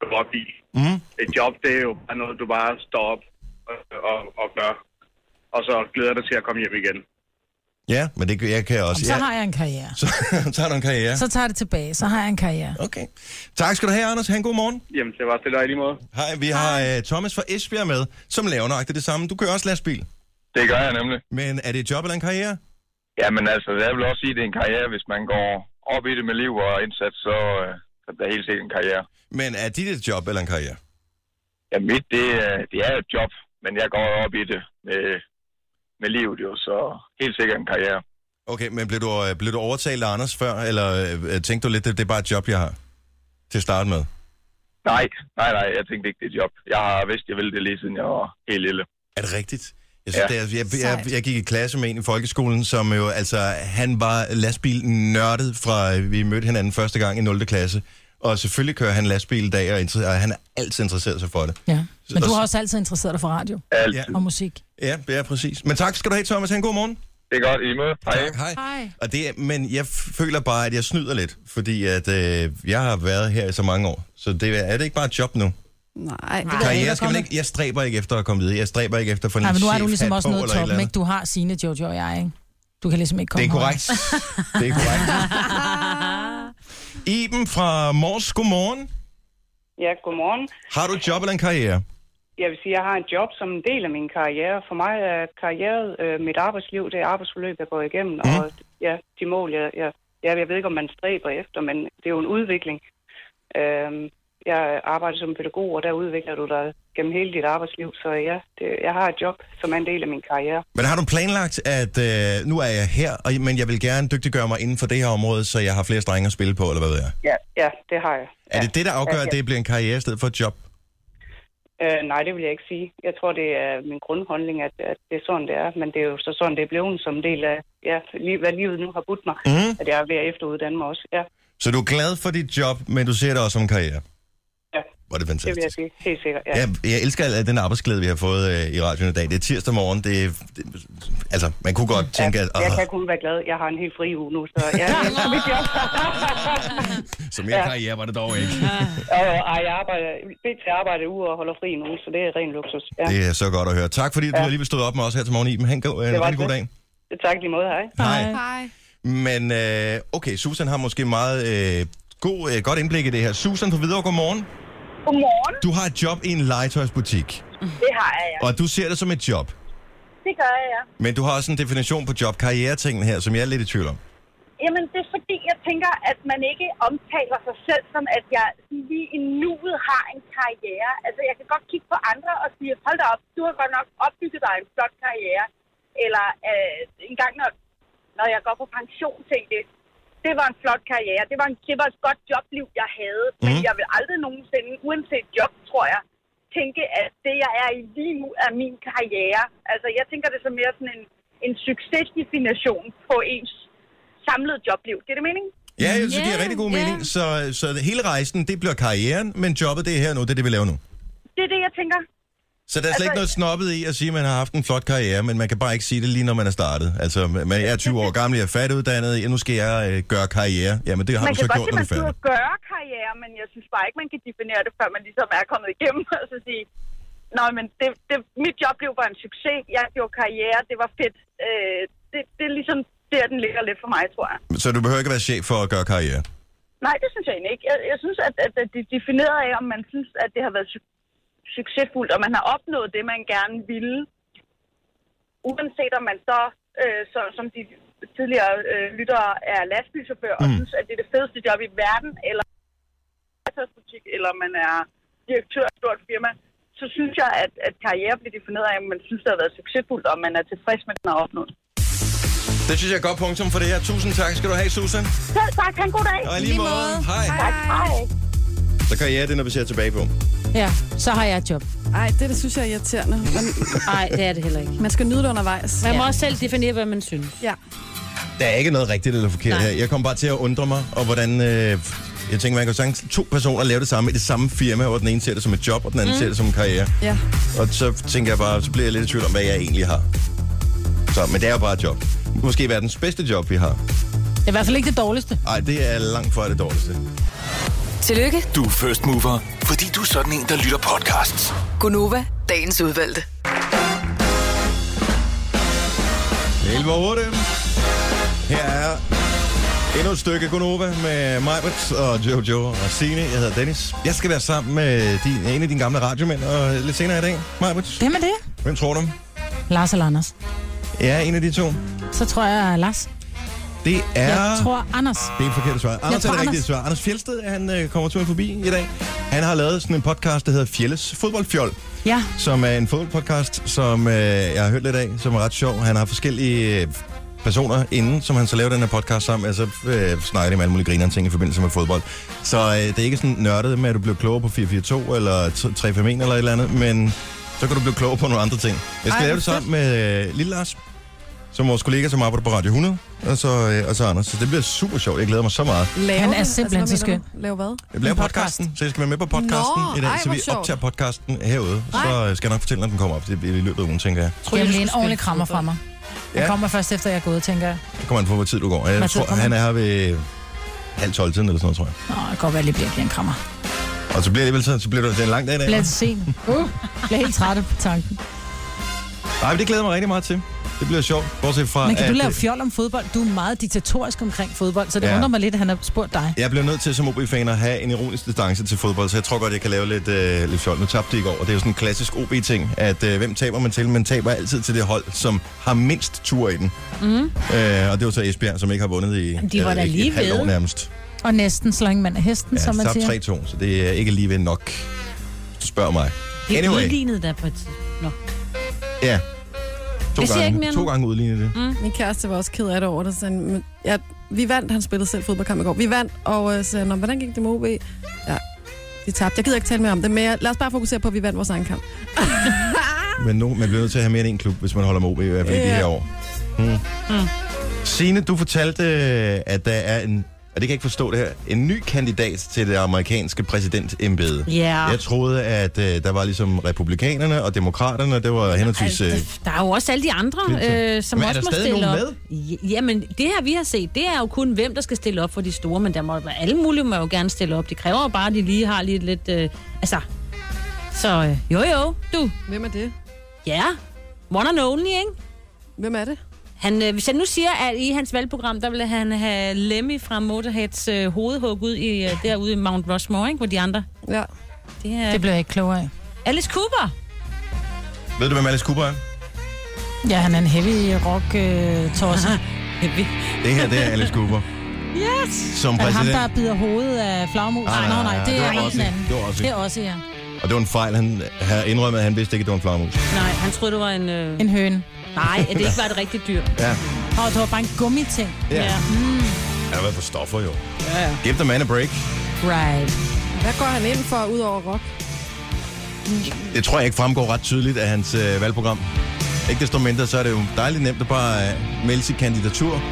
Speaker 11: går op i.
Speaker 1: Mm.
Speaker 11: Et job, det er jo bare noget, du bare står op og, og, og gør. Og så glæder dig til at komme hjem igen.
Speaker 1: Ja, men det jeg kan jeg også.
Speaker 2: Så har jeg en karriere.
Speaker 1: ja, så, så har du en karriere.
Speaker 2: Så tager jeg det tilbage. Så har jeg en karriere.
Speaker 1: Okay. Tak skal du have, Anders. Ha' en god morgen.
Speaker 11: Jamen, det var stille og i lige måde.
Speaker 1: Hej, vi har uh, Thomas fra Esbjerg med, som laver nøjagtigt det samme. Du kører også lastbil,
Speaker 12: Det gør jeg nemlig.
Speaker 1: men er det et job eller en karriere?
Speaker 12: Jamen altså, jeg vil også sige, at det er en karriere. Hvis man går op i det med liv og indsats, så, øh, så er det helt sikkert en karriere.
Speaker 1: Men er dit et job eller en karriere?
Speaker 12: Ja, mit, det, er- det er jo et job, men jeg går op i det med, med livet jo, så helt sikkert en karriere.
Speaker 1: Okay, men blev du, øh, blev du overtalt af Anders før, eller øh, tænkte du lidt, det, det er bare et job, jeg har til at starte med?
Speaker 12: Nej, nej, nej, jeg tænkte ikke, det er et job. Jeg har vidst, jeg ville det lige siden jeg var helt lille.
Speaker 1: Er det rigtigt? Jeg, synes,
Speaker 12: Ja.
Speaker 1: ja. det er, jeg, jeg, jeg gik i klasse med en i folkeskolen, som jo, altså, han var lastbilnørdet fra, øh, vi mødte hinanden første gang i 0. klasse. Og selvfølgelig kører han lastbil i dag, og, inter- og han er altid interesseret sig for det.
Speaker 2: Ja. Men du
Speaker 1: Og-
Speaker 2: har også altid interesseret dig for radio
Speaker 12: Alt.
Speaker 1: Ja.
Speaker 12: Ja.
Speaker 2: og musik.
Speaker 1: Ja, ja, præcis. Men tak skal du have, Thomas. Ha' en god morgen.
Speaker 12: Det er godt, I er med. Hej.
Speaker 1: Tak, hej.
Speaker 3: Hej.
Speaker 1: Og det, er- men jeg føler bare, at jeg snyder lidt, fordi at, øh, jeg har været her i så mange år. Så det, er- er det ikke bare et job nu?
Speaker 3: Nej, det ved jeg
Speaker 1: Karriere
Speaker 3: ikke.
Speaker 1: skal man ikke, jeg stræber ikke efter at komme videre. Jeg stræber ikke efter at få en
Speaker 2: Nej, men nu er du
Speaker 1: chefhat
Speaker 2: ligesom også
Speaker 1: på
Speaker 2: nået
Speaker 1: eller et
Speaker 2: toppen,
Speaker 1: eller
Speaker 2: ikke?
Speaker 1: andet.
Speaker 2: Du har sine Jojo og jeg, ikke? Du kan ligesom ikke komme
Speaker 1: Det er
Speaker 2: højere.
Speaker 1: korrekt. Det er korrekt. Iben fra Mors, godmorgen.
Speaker 10: Ja, godmorgen.
Speaker 1: Har du et job eller en karriere?
Speaker 10: Jeg vil sige, at jeg har en job som en del af min karriere. For mig er karriere øh, mit arbejdsliv, det er arbejdsforløb, jeg går igennem. Mm. Og ja, de mål, jeg, jeg, jeg, jeg ved ikke, om man stræber efter, men det er jo en udvikling. Øh, jeg arbejder som pædagog, og der udvikler du dig gennem hele dit arbejdsliv. Så ja, det, jeg har et job, som er en del af min karriere.
Speaker 1: Men har du planlagt, at øh, nu er jeg her, og, men jeg vil gerne dygtiggøre mig inden for det her område, så jeg har flere strenge at spille på, eller hvad ved jeg?
Speaker 10: Ja, ja det har jeg.
Speaker 1: Er det det, der afgør,
Speaker 10: Ja, ja.
Speaker 1: at det bliver en karriere i stedet for et job?
Speaker 10: Øh, nej, det vil jeg ikke sige. Jeg tror, det er min grundholdning, at, at det er sådan, det er. Men det er jo så sådan, det er blevet som en del af, ja, li- hvad livet nu har budt mig.
Speaker 1: Mhm.
Speaker 10: At jeg er ved at efteruddanne mig også. Ja,
Speaker 1: Så du er glad for dit job, men du ser det også som karriere?
Speaker 10: Ja.
Speaker 1: Hvor er det
Speaker 10: det vil
Speaker 1: fantastisk.
Speaker 10: jeg sige. Helt sikkert, ja.
Speaker 1: Jeg, jeg elsker al den arbejdsglæde, vi har fået øh, i radioen i dag. Det er tirsdag morgen. Det, er- det, altså, man kunne godt tænke, at
Speaker 10: Jeg
Speaker 1: åh,
Speaker 10: kan kun være glad. Jeg har en helt fri uge nu, så jeg jeg elsker mit job.
Speaker 1: så mere karriere var det dog ikke.
Speaker 10: Og, og jeg arbejder, bedt til at arbejde uge og holder fri nu, så det er ren luksus. Ja.
Speaker 1: Det er så godt at høre. Tak fordi du
Speaker 10: Ja.
Speaker 1: ja. lige stod op med os her til morgen, Iben. Ha' en, go- øh,
Speaker 10: Det
Speaker 1: en
Speaker 10: var
Speaker 1: rigtig god
Speaker 10: det.
Speaker 1: dag.
Speaker 10: Tak i lige måde, hej.
Speaker 1: Hej.
Speaker 3: Hej.
Speaker 1: Men øh, okay, Susan har måske meget øh, god, øh, godt indblik i det her. Susan fra Hvidovre, godmorgen.
Speaker 13: Godmorgen.
Speaker 1: Du har et job i en legetøjsbutik,
Speaker 13: Det har jeg, ja.
Speaker 1: og du ser det som et job.
Speaker 13: Det gør jeg, ja.
Speaker 1: Men du har også en definition på job-karrieretingen her, som jeg er lidt i tvivl om.
Speaker 13: Jamen, det er fordi, jeg tænker, at man ikke omtaler sig selv som, at jeg sådan lige i nuet har en karriere. Altså, jeg kan godt kigge på andre og sige, hold da op, du har godt nok opbygget dig en flot karriere. Eller øh, en gang, når, når jeg går på pension, tænkte jeg, det var en flot karriere. Det var, en, det var et godt jobliv, jeg havde. Mm. Men
Speaker 14: Mhm.
Speaker 13: jeg vil aldrig nogensinde, uanset job, tror jeg, tænke, at det, jeg er i lige nu, er min karriere. Altså, jeg tænker det som mere sådan en, en succesdefinition på ens samlede jobliv. Giver det mening?
Speaker 1: Ja, jeg synes, yeah, det giver rigtig god mening. Så, så hele rejsen, det bliver karrieren, men jobbet, det er her nu, det er det, vi laver nu.
Speaker 13: Det er det, jeg tænker.
Speaker 1: Så der er slet
Speaker 13: Altså-
Speaker 1: ikke noget snobbet i at sige, at man har haft en flot karriere, men man kan bare ikke sige det lige, når man er startet. Altså, man, jeg er 20 år gammel, jeg er færdiguddannet, ja, nu skal jeg øh, gøre karriere. Jamen, det har
Speaker 13: man
Speaker 1: du
Speaker 13: kan
Speaker 1: så
Speaker 13: godt
Speaker 1: gjort, når du
Speaker 13: sige, man
Speaker 1: er færdig.
Speaker 13: sidder og gøre karriere, men jeg synes bare ikke, man kan definere det, før man ligesom er kommet igennem og så sige, nej, men det, det, mit jobliv var en succes, jeg gjorde karriere, det var fedt. Øh, det, det er ligesom der, den ligger lidt for mig, tror jeg.
Speaker 1: Så du behøver ikke være chef for at gøre karriere.
Speaker 13: Nej, det synes jeg egentlig ikke. Jeg, jeg synes, at, at, at det er defineret af, om man synes, at det har været su- succesfuldt, og man har opnået det, man gerne ville. Uanset om man så, øh, så som de tidligere øh, lyttere, er lastbilchauffør og
Speaker 1: Mm.
Speaker 13: synes, at det er det fedeste job i verden, eller butik, eller man er direktør af et stort firma, så synes jeg, at, at karriere bliver defineret af, om man synes, det har været succesfuldt, og man er tilfreds med, at den har opnået.
Speaker 1: Det synes jeg er godt punktum for det her. Tusind tak skal du have, Susan.
Speaker 13: Selv tak. Ha' en god dag.
Speaker 1: Og i lige I lige måde. måde. Hej.
Speaker 13: Tak. Hej.
Speaker 1: Så karriere, det er noget, vi ser tilbage på.
Speaker 3: Ja, så har jeg et job. Ej, det, det synes jeg er irriterende. Nej, det er det heller ikke. Man skal nyde det undervejs.
Speaker 7: Man må også
Speaker 3: selv definere, hvad man synes. Ja.
Speaker 1: Der er ikke noget rigtigt eller forkert her. Jeg kom bare til at undre mig, og hvordan... Øh, jeg tænker, man kan jo sagtens to personer lave det samme i det samme firma, hvor den ene ser det som et job, og den anden mm.
Speaker 3: Mm.
Speaker 1: ser det som en karriere.
Speaker 3: Ja.
Speaker 1: Og så tænker jeg bare, så bliver jeg lidt i tvivl om, hvad jeg egentlig har. Så, men det er jo bare et job. Måske verdens bedste job, vi har.
Speaker 2: Det er i hvert fald ikke det dårligste.
Speaker 1: Nej, det er langt fra det dårligste.
Speaker 5: Tillykke,
Speaker 6: Du er first mover, fordi du er sådan en, der lytter podcasts.
Speaker 5: Gunova, dagens udvalgte.
Speaker 1: 11 og 8. Her er endnu et stykke Gunova med Majbert og Jojo og Signe. Jeg hedder Dennis. Jeg skal være sammen med din, en af dine gamle radiomænd og lidt senere i dag, Majbert.
Speaker 2: Hvem er det?
Speaker 1: Hvem tror du?
Speaker 2: Lars eller Anders?
Speaker 1: Ja, en af de to.
Speaker 2: Så tror jeg Lars.
Speaker 1: Det er...
Speaker 2: Jeg tror Anders.
Speaker 1: Det er et forkert svar. Anders er det
Speaker 2: tror
Speaker 1: rigtige
Speaker 2: Anders.
Speaker 1: svar. Anders Fjelsted, han øh, kommer til mig forbi i dag. Han har lavet sådan en podcast, der hedder Fjelles Fodboldfjol.
Speaker 2: Ja.
Speaker 1: Som er en fodboldpodcast, som øh, jeg har hørt lidt af, som er ret sjov. Han har forskellige øh, personer inden, som han så laver den her podcast sammen. Altså øh, snakker de med alle mulige griner ting i forbindelse med fodbold. Så øh, det er ikke sådan nørdet med, at du bliver klogere på 442 eller 351 eller et eller andet, men så kan du blive klogere på nogle andre ting. Jeg skal
Speaker 15: Ej,
Speaker 1: Ej, lave det
Speaker 15: fedt.
Speaker 1: sammen med øh, Lille Lars som vores kollega, som arbejder på Radio 100, og så, øh, og så Anders. Så det bliver super sjovt. Jeg glæder mig så meget.
Speaker 3: Lave
Speaker 2: Han er
Speaker 3: det. Altså,
Speaker 2: simpelthen
Speaker 3: hvad
Speaker 2: så
Speaker 3: mener du? Lave hvad?
Speaker 1: Jeg laver podcasten, så jeg skal være med på podcasten
Speaker 3: Nå,
Speaker 1: i dag,
Speaker 3: ej,
Speaker 1: så
Speaker 3: hvor
Speaker 1: vi
Speaker 3: sjovt.
Speaker 1: optager podcasten herude. Så
Speaker 2: Ej.
Speaker 1: øh, skal jeg nok fortælle, når den kommer op. Det bliver i løbet af ugen, tænker jeg.
Speaker 2: Tror, det bliver en ordentlig krammer fra mig. Jeg
Speaker 1: Ja.
Speaker 2: kommer først efter, jeg er gået, tænker jeg.
Speaker 1: Det kommer an på, hvor tid du går. Jeg
Speaker 2: Hvad tid
Speaker 1: tror,
Speaker 2: kommer
Speaker 1: han er her ved halv tolv tiden eller sådan noget, tror jeg.
Speaker 2: Nå, det kan godt være, at det bliver ikke en krammer.
Speaker 1: Og så bliver det vel sådan, så bliver det, det er en lang dag i dag.
Speaker 2: Bliver
Speaker 1: hva'?
Speaker 2: lidt sen. Uh, bliver helt træt på tanken.
Speaker 1: Nej, men det glæder jeg mig rigtig meget til. Det bliver sjovt, bortset fra...
Speaker 2: Men kan du
Speaker 1: at,
Speaker 2: lave
Speaker 1: øh,
Speaker 2: fjol om fodbold? Du er meget diktatorisk omkring fodbold, så det
Speaker 1: Ja.
Speaker 2: undrer mig lidt, at han har spurgt dig.
Speaker 1: Jeg bliver nødt til som OB-fan at have en ironisk distance til fodbold, så jeg tror godt, jeg kan lave lidt, øh, lidt fjol. Nu tabte de i går, og det er jo sådan en klassisk OB-ting, at øh, hvem taber man til? Man taber altid til det hold, som har mindst tur i den.
Speaker 2: Mm.
Speaker 1: Øh, og det var så Esbjerg, som ikke har vundet i
Speaker 2: Jamen, de
Speaker 1: jeg
Speaker 2: var
Speaker 1: ved
Speaker 2: da
Speaker 1: ikke,
Speaker 2: lige
Speaker 1: et halvt
Speaker 2: ved.
Speaker 1: år nærmest.
Speaker 2: Og næsten slange mand af hesten, ja,
Speaker 1: Ja,
Speaker 2: som man siger.
Speaker 1: tabt 3-2, så det er ikke lige ved nok, hvis du spørger mig.
Speaker 7: Det er
Speaker 1: Anyway,
Speaker 7: udlignet der på et tidspunkt. Nå.
Speaker 1: ja. To
Speaker 3: Jeg siger
Speaker 1: gange,
Speaker 3: ikke mere
Speaker 1: to
Speaker 3: nu.
Speaker 1: gange udlignet det.
Speaker 3: Mm. Min kæreste var også ked af det over det. Så han, men, ja, vi vandt, han spillede selv fodboldkamp i går. Vi vandt, og øh, så sagde han, "Nå, hvordan gik det med OB? Ja, De tabte. Jeg gider ikke tale mere om det, men jeg- lad os bare fokusere på, at vi vandt vores egen kamp.
Speaker 1: Men nu, man bliver nødt til at have mere end en klub, hvis man holder med OB, i hvert fald yeah. i
Speaker 3: Ja.
Speaker 1: de her år. Hmm. Signe, du fortalte, øh, at der er en, og det kan jeg ikke forstå det her, en ny kandidat til det amerikanske præsidentembede.
Speaker 7: Ja.
Speaker 1: Jeg troede, at øh, der var ligesom republikanerne og demokraterne, det var henholdsvis... Øh,
Speaker 7: Der er jo også alle de andre,
Speaker 1: Clinton.
Speaker 7: øh, som
Speaker 1: Men er
Speaker 7: også
Speaker 1: der
Speaker 7: må
Speaker 1: stadig
Speaker 7: stille
Speaker 1: nogen
Speaker 7: op. Med? Jamen, det her, vi har set, det er jo kun, hvem der skal stille op for de store, men der må være alle mulige, må jo gerne stille op. Det kræver jo bare, at de lige har lidt, lidt øh, altså... Så øh, jo jo, du.
Speaker 3: Hvem er det?
Speaker 7: Ja, one and only, ikke?
Speaker 3: Hvem er det?
Speaker 7: Han, øh, hvis jeg nu siger, at i hans valgprogram, der ville han have Lemmy fra Motorheads øh, hovedhug ud i, øh, derude i Mount Rushmore, ikke? Hvor de andre...
Speaker 3: Ja.
Speaker 7: Det, er...
Speaker 2: Det bliver jeg ikke klogere af.
Speaker 7: Alice Cooper!
Speaker 1: øh, ved du, hvem Alice Cooper er?
Speaker 2: Ja, han er en heavy rock øh, torse.
Speaker 7: heavy.
Speaker 1: Det her, det er Alice Cooper.
Speaker 2: Yes!
Speaker 1: Som
Speaker 2: Er det ham,
Speaker 1: præsident.
Speaker 2: der bider hovedet af flagmus?
Speaker 1: Nej,
Speaker 2: Nej, nej, nej, det,
Speaker 1: det var
Speaker 2: er
Speaker 1: Ozzy.
Speaker 2: en anden.
Speaker 1: Det var Ozzy.
Speaker 2: Det er også, ja.
Speaker 1: Og det var en fejl, han havde indrømmet, at han vidste ikke, at det var en flagermus.
Speaker 7: Nej, han troede, det var en... Øh...
Speaker 2: En høne.
Speaker 7: Nej, at det ikke var et rigtigt dyr.
Speaker 1: Ja.
Speaker 2: Og det var bare en gummiting.
Speaker 1: Ja. Ja.
Speaker 2: Mm.
Speaker 1: Han har været på stoffer, jo.
Speaker 7: Ja, ja.
Speaker 1: Give the man a break.
Speaker 7: Right.
Speaker 3: Hvad går han ind for, ud over rock?
Speaker 1: Det tror jeg ikke fremgår ret tydeligt af hans øh, valgprogram. Ikke desto mindre, så er det jo dejligt nemt at bare øh, melde sit kandidatur.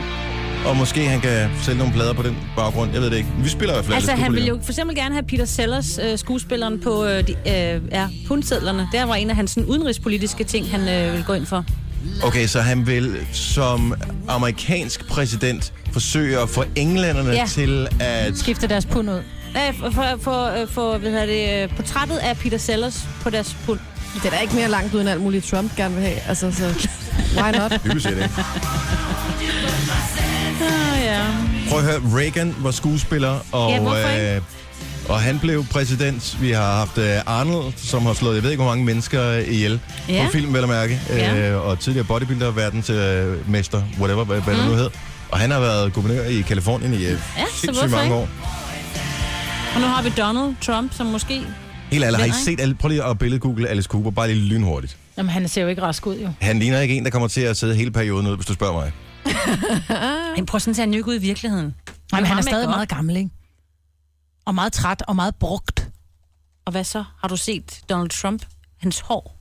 Speaker 1: Og måske han kan sælge nogle plader på den baggrund. Jeg ved det ikke. Vi spiller i hvert fald
Speaker 7: Altså,
Speaker 1: Alice Cooper
Speaker 7: han ville
Speaker 1: lige
Speaker 7: jo for eksempel gerne have Peter Sellers, øh, skuespilleren på øh, de, øh, ja, pundsedlerne. Der var en af hans sådan, udenrigspolitiske ting, han øh, ville gå ind for.
Speaker 1: nu. Okay, så han vil som amerikansk præsident forsøge at få englænderne
Speaker 7: Ja.
Speaker 1: ja. til at...
Speaker 2: Skifter deres pund ud.
Speaker 7: Nej, for, for, for, øh, for hvad hedder det, øh, portrættet af Peter Sellers på deres pund.
Speaker 3: Det er da ikke mere langt uden alt muligt, Trump gerne vil have. Altså, så why not?
Speaker 1: Dybest set, ikke?
Speaker 7: Ah, ja.
Speaker 1: Prøv at høre, Reagan var skuespiller, og,
Speaker 7: Ja, hvorfor ikke?
Speaker 1: øh, og han blev præsident. Vi har haft øh, Arnold, som har slået, jeg ved ikke, hvor mange mennesker øh, ihjel
Speaker 7: Ja.
Speaker 1: på film, vel at mærke.
Speaker 7: Ja.
Speaker 1: Øh, og tidligere bodybuilder, verdensmester, øh, mester, whatever, hvad, hvad mm. det nu hed. Og han har været guvernør i Kalifornien i øh,
Speaker 7: Mhm. Ja, så
Speaker 1: sindssygt
Speaker 7: hvorfor
Speaker 1: mange
Speaker 7: ikke?
Speaker 1: år.
Speaker 7: Og nu har vi Donald Trump, som måske...
Speaker 1: Helt alle, har I
Speaker 7: Vinder,
Speaker 1: set, alle, prøv lige at billedgoogle Alice Cooper, bare lige lynhurtigt.
Speaker 2: Jamen, han ser jo ikke rask ud, jo.
Speaker 1: Han ligner ikke en, der kommer til at sidde hele perioden ud, hvis du spørger mig.
Speaker 7: Men prøv sådan, at han jo ikke ud i virkeligheden.
Speaker 2: Jamen, han
Speaker 7: har
Speaker 2: er
Speaker 7: man
Speaker 2: stadig
Speaker 7: godt.
Speaker 2: meget gammel, ikke? Og meget træt og meget brugt.
Speaker 7: Og hvad så? Har du set Donald Trump? Hans hår?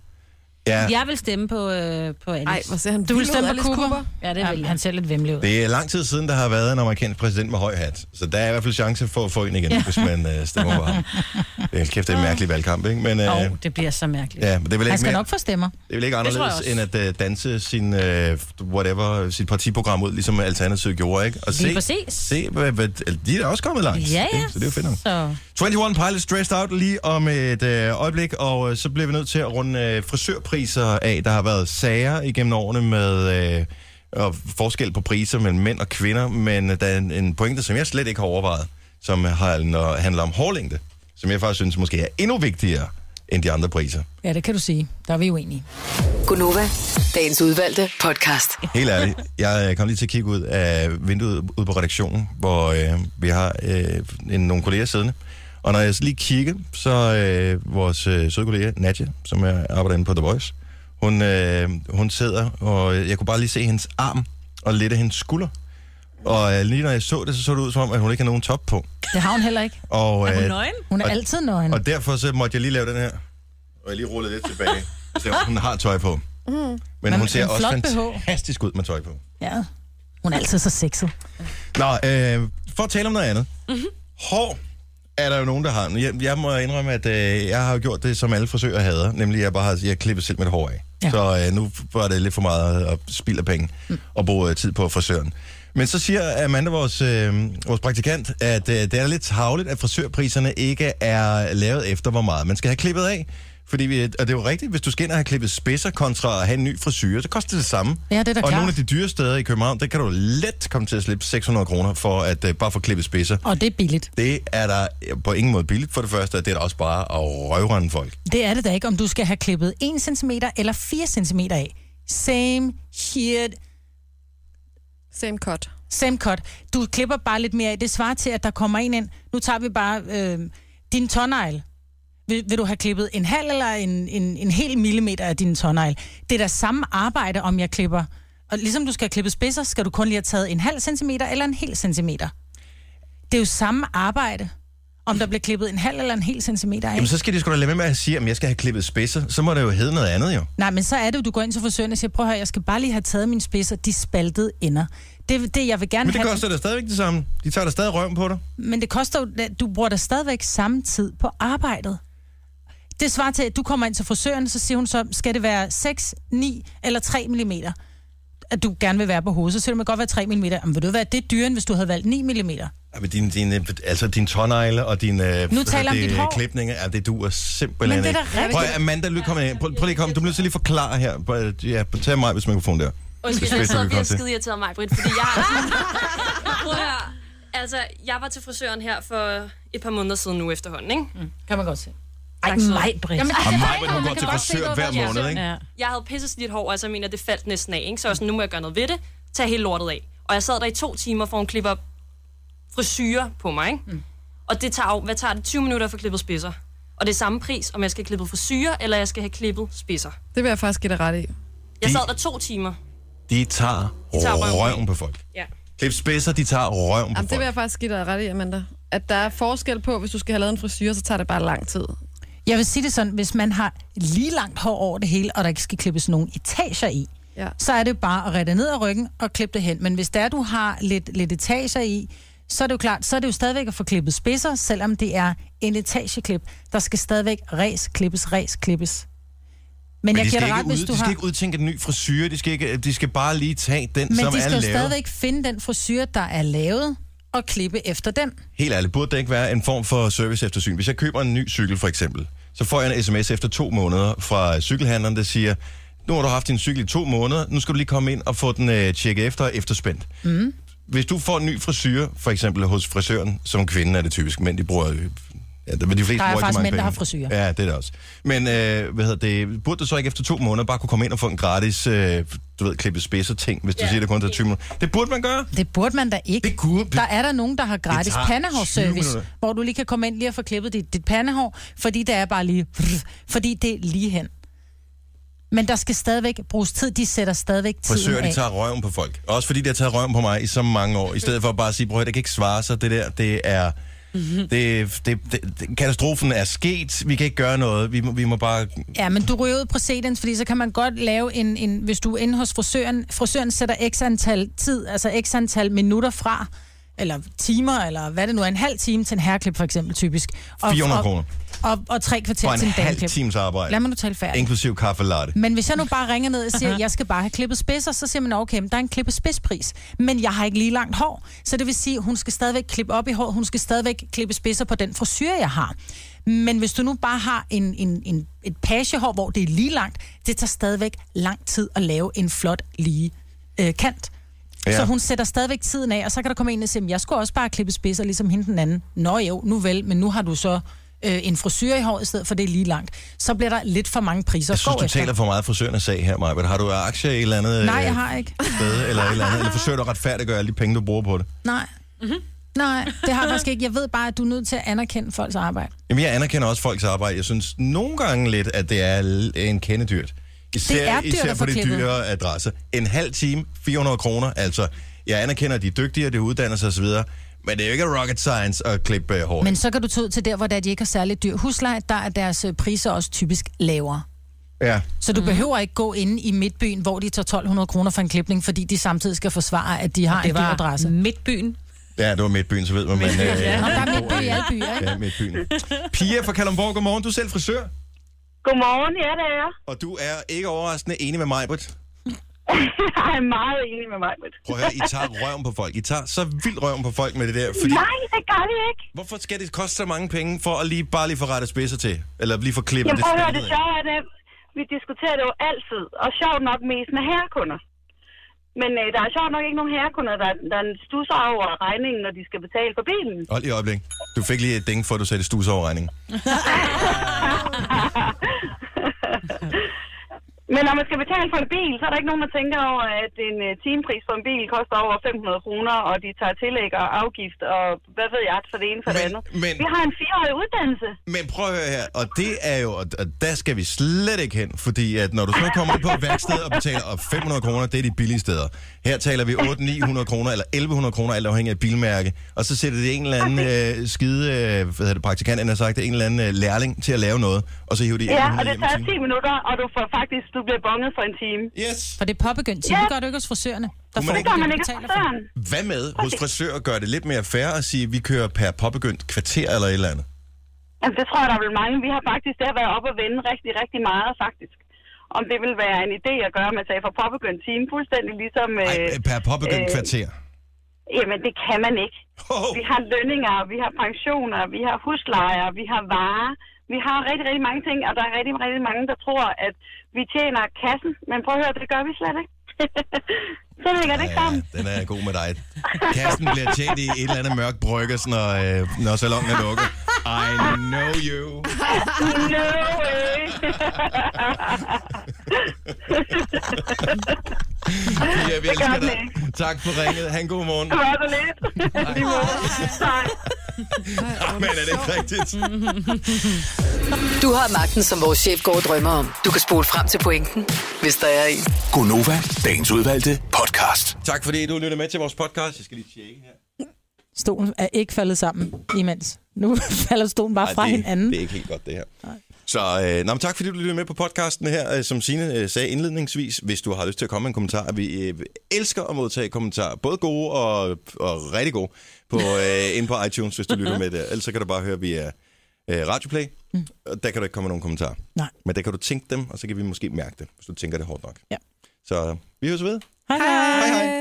Speaker 1: Ja,
Speaker 7: Jeg vil stemme på, øh, på Alice.
Speaker 3: Ej, hvor ser han
Speaker 2: Du vil
Speaker 3: vild ud,
Speaker 2: stemme på
Speaker 3: Alice
Speaker 2: Cooper?
Speaker 3: Cooper?
Speaker 7: Ja, det
Speaker 2: Ja,
Speaker 7: vil jeg.
Speaker 2: han ser lidt vemmelig ud.
Speaker 1: det er lang tid siden, der har været en amerikansk præsident med høj hat. Så der er i hvert fald chance for at få en igen,
Speaker 7: Ja.
Speaker 1: ja. hvis man øh, stemmer på ham. Det er kæft, det er en mærkelig valgkamp, ikke? Men, øh,
Speaker 7: Åh, oh, det bliver så mærkeligt.
Speaker 1: ja, men det er vel
Speaker 2: Han
Speaker 1: ikke,
Speaker 2: skal
Speaker 1: mere,
Speaker 2: nok få stemmer.
Speaker 1: det er vel ikke
Speaker 7: Det tror jeg
Speaker 1: anderledes,
Speaker 7: også.
Speaker 1: end at øh, danse sin, øh, whatever, sit partiprogram ud, ligesom Alternativet gjorde, ikke? Og
Speaker 7: Lige præcis.
Speaker 1: se hvad, hvad, de er da også kommet langt.
Speaker 7: Ja, ja.
Speaker 1: ikke? Så det er jo fedt nok.
Speaker 7: Så...
Speaker 1: 21 Pilots Stressed Out lige om et øh, øjeblik, og øh, så bliver vi nødt til at runde øh, frisørpriser af. Der har været sager igennem årene med øh, og forskel på priser mellem mænd og kvinder, men øh, der er en, en pointe, som jeg slet ikke har overvejet, som har, når, handler om hårlængde, som jeg faktisk synes måske er endnu vigtigere end de andre priser.
Speaker 2: Ja, det kan du sige. Der er vi uenige.
Speaker 5: Gunova, dagens udvalgte podcast.
Speaker 1: Helt ærligt, jeg øh, kom lige til at kigge ud af vinduet ud på redaktionen, hvor øh, vi har øh, en, nogle kolleger siddende. Og når jeg så lige kigger, så øh, vores øh, søde kollega, Nadja, som er arbejder inde på The Voice, hun, øh, hun sidder, og jeg kunne bare lige se hendes arm og lidt af hendes skulder. Og øh, lige når jeg så det, så så det ud som om, at hun ikke har nogen top på.
Speaker 2: Det har hun heller ikke.
Speaker 1: Og, øh,
Speaker 2: Hun er
Speaker 1: og,
Speaker 2: altid nøgen.
Speaker 1: og derfor så måtte jeg lige lave den her. Og jeg lige rullede lidt tilbage. Så hun har tøj på.
Speaker 2: Mm. Men,
Speaker 1: Men, Men hun ser
Speaker 2: en
Speaker 1: også
Speaker 2: flot BH.
Speaker 1: fantastisk ud med tøj på.
Speaker 2: Ja. Hun er altid så sexet.
Speaker 1: Nå, øh, for at tale om noget andet.
Speaker 7: Mhm.
Speaker 1: Mm-hmm. Hår er der jo nogen, der har. Jeg, jeg må indrømme, at øh, jeg har jo gjort det, som alle frisører hader. Nemlig, jeg bare har jeg har klippet selv mit hår af. Ja. Så øh, nu var det lidt for meget at spilde af penge mm. og bruge øh, tid på frisøren. Men så siger Amanda, vores, øh, vores praktikant, at øh, det er lidt tavligt, at frisørpriserne ikke er lavet efter, hvor meget man skal have klippet af. Fordi vi, og det er jo rigtigt, hvis du skal ind og have klippet spidser kontra at have en ny frisyr, så koster det samme.
Speaker 2: Ja, det er da
Speaker 1: og
Speaker 2: klart.
Speaker 1: nogle af de dyre steder i København, der kan du let komme til at slippe 600 kroner for at øh, bare få klippet spidser.
Speaker 2: Og det er billigt.
Speaker 1: Det er der på ingen måde billigt for det første, og det er da også bare at røvrende folk.
Speaker 2: Det er det da ikke, om du skal have klippet 1 cm eller 4 cm af. Same shit.
Speaker 3: Same cut.
Speaker 2: Same cut. Du klipper bare lidt mere af. Det svarer til, at der kommer en ind. Nu tager vi bare øh, din tånegl. Vil, vil du have klippet en halv eller en, en, en hel millimeter af din tånegl? Det er da samme arbejde, om jeg klipper. Og ligesom du skal klippe spidser, skal du kun lige have taget en halv centimeter eller en hel centimeter. Det er jo samme arbejde. om der bliver klippet en halv eller en hel centimeter af.
Speaker 1: Jamen, så skal de sgu da lade med med at sige, at jeg skal have klippet spidser. Så må det jo hedde noget andet, jo.
Speaker 2: Nej, men så er det jo, du går ind til frisøren og siger, prøv at høre, jeg skal bare lige have taget mine spidser, de spaltede ender. Det, det jeg vil gerne
Speaker 1: Men det
Speaker 2: have...
Speaker 1: koster da stadigvæk det samme. De tager da stadig røven på dig.
Speaker 2: Men det koster jo, du bruger da stadigvæk samme tid på arbejdet. Det svarer til, at du kommer ind til frisøren, så siger hun så, skal det være 6, 9 eller 3 mm, at du gerne vil være på hovedet. Så siger du, det må godt være 3 mm. Jamen, vil du være det er dyrere, end hvis du havde valgt 9 mm?
Speaker 1: Jamen, din, din, øh, altså din tånegle og din øh,
Speaker 2: Nu taler jeg om
Speaker 1: det,
Speaker 2: dit hår.
Speaker 1: klipninger, ja, det duer simpelthen
Speaker 2: Men det er da
Speaker 1: ikke.
Speaker 2: rigtigt.
Speaker 1: Prøv, Amanda, lyt, kom ind. Prøv, prøv lige at komme. Du bliver til lige at forklare her. Prøv, Ja, tag mig, hvis mikrofon der.
Speaker 4: Undskyld,
Speaker 1: Det er
Speaker 4: jeg
Speaker 1: spidser,
Speaker 4: sidder
Speaker 1: vi
Speaker 4: og bliver
Speaker 1: kom til.
Speaker 4: skide irriteret mig, Britt, fordi jeg har... Prøv at høre. Altså, jeg var til frisøren her for et par måneder siden nu efterhånden, ikke? Mm.
Speaker 7: Kan man godt se.
Speaker 4: Ej,
Speaker 7: mig, Britt.
Speaker 4: Jamen, det
Speaker 1: Og
Speaker 4: er
Speaker 1: mig,
Speaker 4: rigtigt,
Speaker 1: Britt, hun
Speaker 4: man
Speaker 1: går
Speaker 4: kan
Speaker 1: til
Speaker 4: godt se
Speaker 1: frisør
Speaker 4: noget
Speaker 1: hver
Speaker 4: på det,
Speaker 1: måned, ikke?
Speaker 4: Ja. Jeg havde pisset slidt hår, altså jeg mener, det faldt næsten af, ikke? Så også, nu må jeg gøre noget ved det. Tag hele lortet af. Og jeg sad der i to timer, for hun klipper frisyrer på mig, ikke? Mm. Og det tager, jo- hvad tager det? 20 minutter at få klippet spidser. Og det er samme pris, om jeg skal have klippet frisyrer, eller jeg skal have klippet spidser.
Speaker 3: Det vil jeg faktisk give dig ret i.
Speaker 4: Jeg
Speaker 1: De-
Speaker 4: sad der to timer.
Speaker 1: De tager,
Speaker 4: De tager
Speaker 1: røven,
Speaker 4: røven.
Speaker 1: på folk.
Speaker 4: Ja.
Speaker 1: Klip spidser, de tager røven på
Speaker 3: Jamen, det vil jeg faktisk give dig ret i, Amanda. At der er forskel på, hvis du skal have lavet en frisyr, så tager det bare lang tid.
Speaker 2: Jeg vil sige det sådan, hvis man har lige langt hår over det hele, og der ikke skal klippes nogen etager i,
Speaker 3: ja.
Speaker 2: så er det jo bare at rette ned ad ryggen og klippe det hen. Men hvis der du har lidt, lidt etager i, så er det jo klart, så er det jo stadigvæk at få klippet spidser, selvom det er en etageklip. Der skal stadigvæk res, klippes, res, klippes. Men,
Speaker 1: de
Speaker 2: jeg giver
Speaker 1: skal
Speaker 2: dig
Speaker 1: ikke
Speaker 2: ret, hvis
Speaker 1: ud,
Speaker 2: du
Speaker 1: de skal
Speaker 2: har...
Speaker 1: ikke udtænke en ny frisyr. De skal, ikke, øh, de skal bare lige tage den,
Speaker 2: Men
Speaker 1: som
Speaker 2: de
Speaker 1: er
Speaker 2: skal jo
Speaker 1: lavet.
Speaker 2: stadigvæk finde den frisyr, der er lavet, og klippe efter den.
Speaker 1: Helt ærligt, burde det ikke være en form for service eftersyn? Hvis jeg køber en ny cykel, for eksempel, så får jeg en sms efter to måneder fra cykelhandleren, der siger, nu har du haft din cykel i to måneder, nu skal du lige komme ind og få den øh, tjekket efter og efterspændt.
Speaker 14: Mm.
Speaker 1: Hvis du får en ny frisyr, for eksempel hos frisøren, som kvinde er det typisk, mænd de bruger... øh, Ja, det, men de fleste
Speaker 2: Der er
Speaker 1: bruger ikke
Speaker 2: faktisk
Speaker 1: mange
Speaker 2: mænd, der
Speaker 1: penge.
Speaker 2: har frisyrer.
Speaker 1: Ja, det er det også. Men øh, hvad hedder det, burde du så ikke efter to måneder bare kunne komme ind og få en gratis, øh, du ved, klippe spidser ting, hvis du siger, det kun tager 20 minutter? Det burde man gøre.
Speaker 2: Det burde man da ikke.
Speaker 1: Det kunne,
Speaker 2: Der er der nogen, der har gratis
Speaker 1: tager 20
Speaker 2: pandehårsservice,
Speaker 1: minutter.
Speaker 2: hvor du lige kan komme ind lige og få klippet dit, dit pandehår, fordi det er bare lige... Fordi det er lige hen. Men der skal stadigvæk bruges tid. De sætter stadigvæk tiden
Speaker 1: Frisører, de
Speaker 2: af.
Speaker 1: tager røven på folk. Også fordi de har taget røven på mig i så mange år. I stedet for at bare sige, prøv at høre, det kan ikke svare sig, det der, det er...
Speaker 2: Mhm.
Speaker 1: Det, det, det, det, katastrofen er sket, vi kan ikke gøre noget, vi må, vi må bare...
Speaker 2: Ja, men du ryger ud på sedens, fordi så kan man godt lave en, en... Hvis du er inde hos frisøren, frisøren sætter x antal tid, altså x antal minutter fra, eller timer, eller hvad det nu er, en halv time til en herreklip for eksempel typisk.
Speaker 1: 400
Speaker 2: og,
Speaker 1: kroner.
Speaker 2: Og, og, og tre
Speaker 1: For
Speaker 2: kvarter
Speaker 1: en
Speaker 2: til en
Speaker 1: halv
Speaker 2: dameklip.
Speaker 1: times arbejde.
Speaker 2: Lad mig nu tale færdig.
Speaker 1: Inklusiv kaffe latte.
Speaker 2: Men hvis jeg nu bare ringer ned og siger, at jeg skal bare have klippet spidser, så siger man, okay, men der er en klippet spidspris, men jeg har ikke lige langt hår. Så det vil sige, at hun skal stadigvæk klippe op i håret, hun skal stadigvæk klippe spidser på den frisyr, jeg har. Men hvis du nu bare har en, en, en, et pagehår, hvor det er lige langt, det tager stadigvæk lang tid at lave en flot lige øh, kant.
Speaker 1: Ja.
Speaker 2: Ja. Så hun sætter stadigvæk tiden af, og så kan der komme en og sige, "Jamen, jeg skulle også bare klippe spidser, ligesom hende den anden. Nå jo, nu vel, men nu har du så øh, en frisyr i håret i stedet, for det er lige langt. Så bliver der lidt for mange priser
Speaker 1: Jeg synes,
Speaker 2: at gå
Speaker 1: du
Speaker 2: efter.
Speaker 1: taler for meget frisørernes sag her, Maja. Har du aktier i et eller andet
Speaker 2: Nej,
Speaker 1: øh,
Speaker 2: jeg har ikke.
Speaker 1: sted? Eller, et eller, andet, eller forsøger du at retfærdiggøre alle de penge, du bruger på det?
Speaker 2: Nej. Mm-hmm. Nej, det har jeg faktisk ikke. Jeg ved bare, at du er nødt til at anerkende folks arbejde.
Speaker 1: Jamen, jeg anerkender også folks arbejde. Jeg synes nogle gange lidt, at det er l- en kende dyrt. Især,
Speaker 2: Det er dyrt
Speaker 1: især
Speaker 2: at
Speaker 1: på
Speaker 2: få
Speaker 1: de
Speaker 2: klippet.
Speaker 1: dyre adresser. En halv time, 400 kroner. Altså, jeg anerkender, at de er dygtige, og de uddanner sig osv., men det er jo ikke rocket science at klippe øh, hår.
Speaker 2: Men så kan du tage ud til der, hvor det er, de ikke har særlig dyr husleje. Der er deres øh, priser også typisk lavere.
Speaker 1: Ja.
Speaker 2: Så du mm. behøver ikke gå inde i midtbyen, hvor de tager 1200 kroner for en klipning, fordi de samtidig skal forsvare, at de har
Speaker 7: det
Speaker 2: en dyr
Speaker 7: var
Speaker 2: adresse. midtbyen?
Speaker 1: Ja, det var midtbyen, så ved man, man... Øh,
Speaker 2: Midtbyen, ja. Nå, der er
Speaker 1: bor
Speaker 2: midtby i alle byer, ikke?
Speaker 1: Ja, midtbyen. Pia fra Kalundborg, godmorgen. Du er selv frisør,
Speaker 15: Godmorgen, ja det er jeg.
Speaker 1: og du er ikke overraskende enig med mig, Britt.
Speaker 15: Jeg er meget enig med mig.
Speaker 1: Prøv at høre, I tager røven på folk. I tager så vildt røven på folk med det der, fordi...
Speaker 15: Nej, det gør vi ikke.
Speaker 1: Hvorfor skal det koste så mange penge for at lige, bare lige få rettet spidser til? Eller lige få klippet
Speaker 15: Jamen
Speaker 1: det
Speaker 15: prøv at høre,
Speaker 1: fede
Speaker 15: det
Speaker 1: af?
Speaker 15: sjove er det, vi diskuterer det jo altid, og sjovt nok mest med herrekunder. Men øh, der er sjovt nok ikke nogen herrekunder, der, der stusser over regningen, når de skal betale for bilen.
Speaker 1: Hold lige øjeblik. Du fik lige et ding for, at du sagde stus over regningen.
Speaker 15: Men når man skal betale for en bil, så er der ikke nogen, der tænker over, at en øh, timepris for en bil koster over 500 kroner, og de tager tillæg og afgift, og hvad ved jeg, for det ene for det andet.
Speaker 1: men-
Speaker 15: Vi har en fireårig uddannelse.
Speaker 1: Men prøv at høre her, og det er jo, og og der skal vi slet ikke hen, fordi at når du så kommer ind på et værksted og betaler og 500 kroner, det er de billige steder. Her taler vi 800-900 kroner eller 1100 kroner, alt afhængig af bilmærke, og så sætter det en eller anden øh, skide, øh, hvad hedder det, praktikant, han har sagt, det, en eller anden øh, lærling til at lave noget, og så hiver de
Speaker 15: Ja,
Speaker 1: 1100
Speaker 15: og det
Speaker 1: hjem i timen.
Speaker 15: tager 10 minutter, og du får faktisk, du bliver bonget for en time.
Speaker 1: Yes.
Speaker 2: For det er påbegyndt time.
Speaker 15: Ja.
Speaker 2: Det gør du ikke hos frisørerne. Der
Speaker 1: Kunne man
Speaker 2: får
Speaker 1: ikke-
Speaker 15: Det
Speaker 2: ikke
Speaker 15: gør
Speaker 2: det,
Speaker 15: man
Speaker 2: du
Speaker 15: ikke
Speaker 2: betaler
Speaker 15: hos
Speaker 2: for.
Speaker 15: døren.
Speaker 1: Hvad med hos frisør gør det lidt mere fair at sige, at vi kører per påbegyndt kvarter eller et eller andet?
Speaker 15: Jamen, det tror jeg, der er vel mange. Vi har faktisk der været op og vende rigtig, rigtig meget, faktisk. Om det vil være en idé at gøre, at man sagde for påbegyndt time, fuldstændig ligesom...
Speaker 1: Ej, per påbegyndt
Speaker 15: øh,
Speaker 1: kvarter.
Speaker 15: Jamen, det kan man ikke.
Speaker 1: Oh.
Speaker 15: Vi har lønninger, vi har pensioner, vi har huslejer, vi har varer. Vi har rigtig, rigtig mange ting, og der er rigtig, rigtig mange, der tror, at vi tjener kassen. Men prøv at høre, det gør vi slet ikke. Så hænger det ikke sammen.
Speaker 1: Den er god med dig. Kassen bliver tjent i et eller andet mørkt bryggers, når, øh, når salongen er lukket. I know you.
Speaker 15: no way.
Speaker 1: Pia, vi
Speaker 15: Det gør
Speaker 1: elsker
Speaker 15: den
Speaker 1: dig. Tak for ringet. Han god morgen.
Speaker 15: Det var så lidt. Lige måde. Hej.
Speaker 1: Ej, Men er det ikke rigtigt?
Speaker 5: Du har magten, som vores chef går og drømmer om. Du kan spole frem til pointen, hvis der er en.
Speaker 6: Gonova, dagens udvalgte podcast.
Speaker 1: Tak fordi du lytter med til vores podcast. Jeg skal lige tjekke her.
Speaker 2: Stolen er ikke faldet sammen imens. Nu falder stolen bare fra
Speaker 1: det,
Speaker 2: hinanden.
Speaker 1: Det er ikke helt godt, det her. Så øh, nå, men tak fordi du lyttede med på podcasten her. Øh, Som Signe øh, sagde indledningsvis, hvis du har lyst til at komme med en kommentar. Vi øh, elsker at modtage kommentarer, både gode og, og rigtig gode, på, øh, inde på iTunes, hvis du lytter med der. Ellers så kan du bare høre via øh, Radioplay, mm. og der kan du ikke komme med nogen kommentarer.
Speaker 2: Nej.
Speaker 1: Men der kan du tænke dem, og så kan vi måske mærke det, hvis du tænker det hårdt nok.
Speaker 2: Ja.
Speaker 1: Så vi høres ved.
Speaker 2: Hej hej. hej, hej.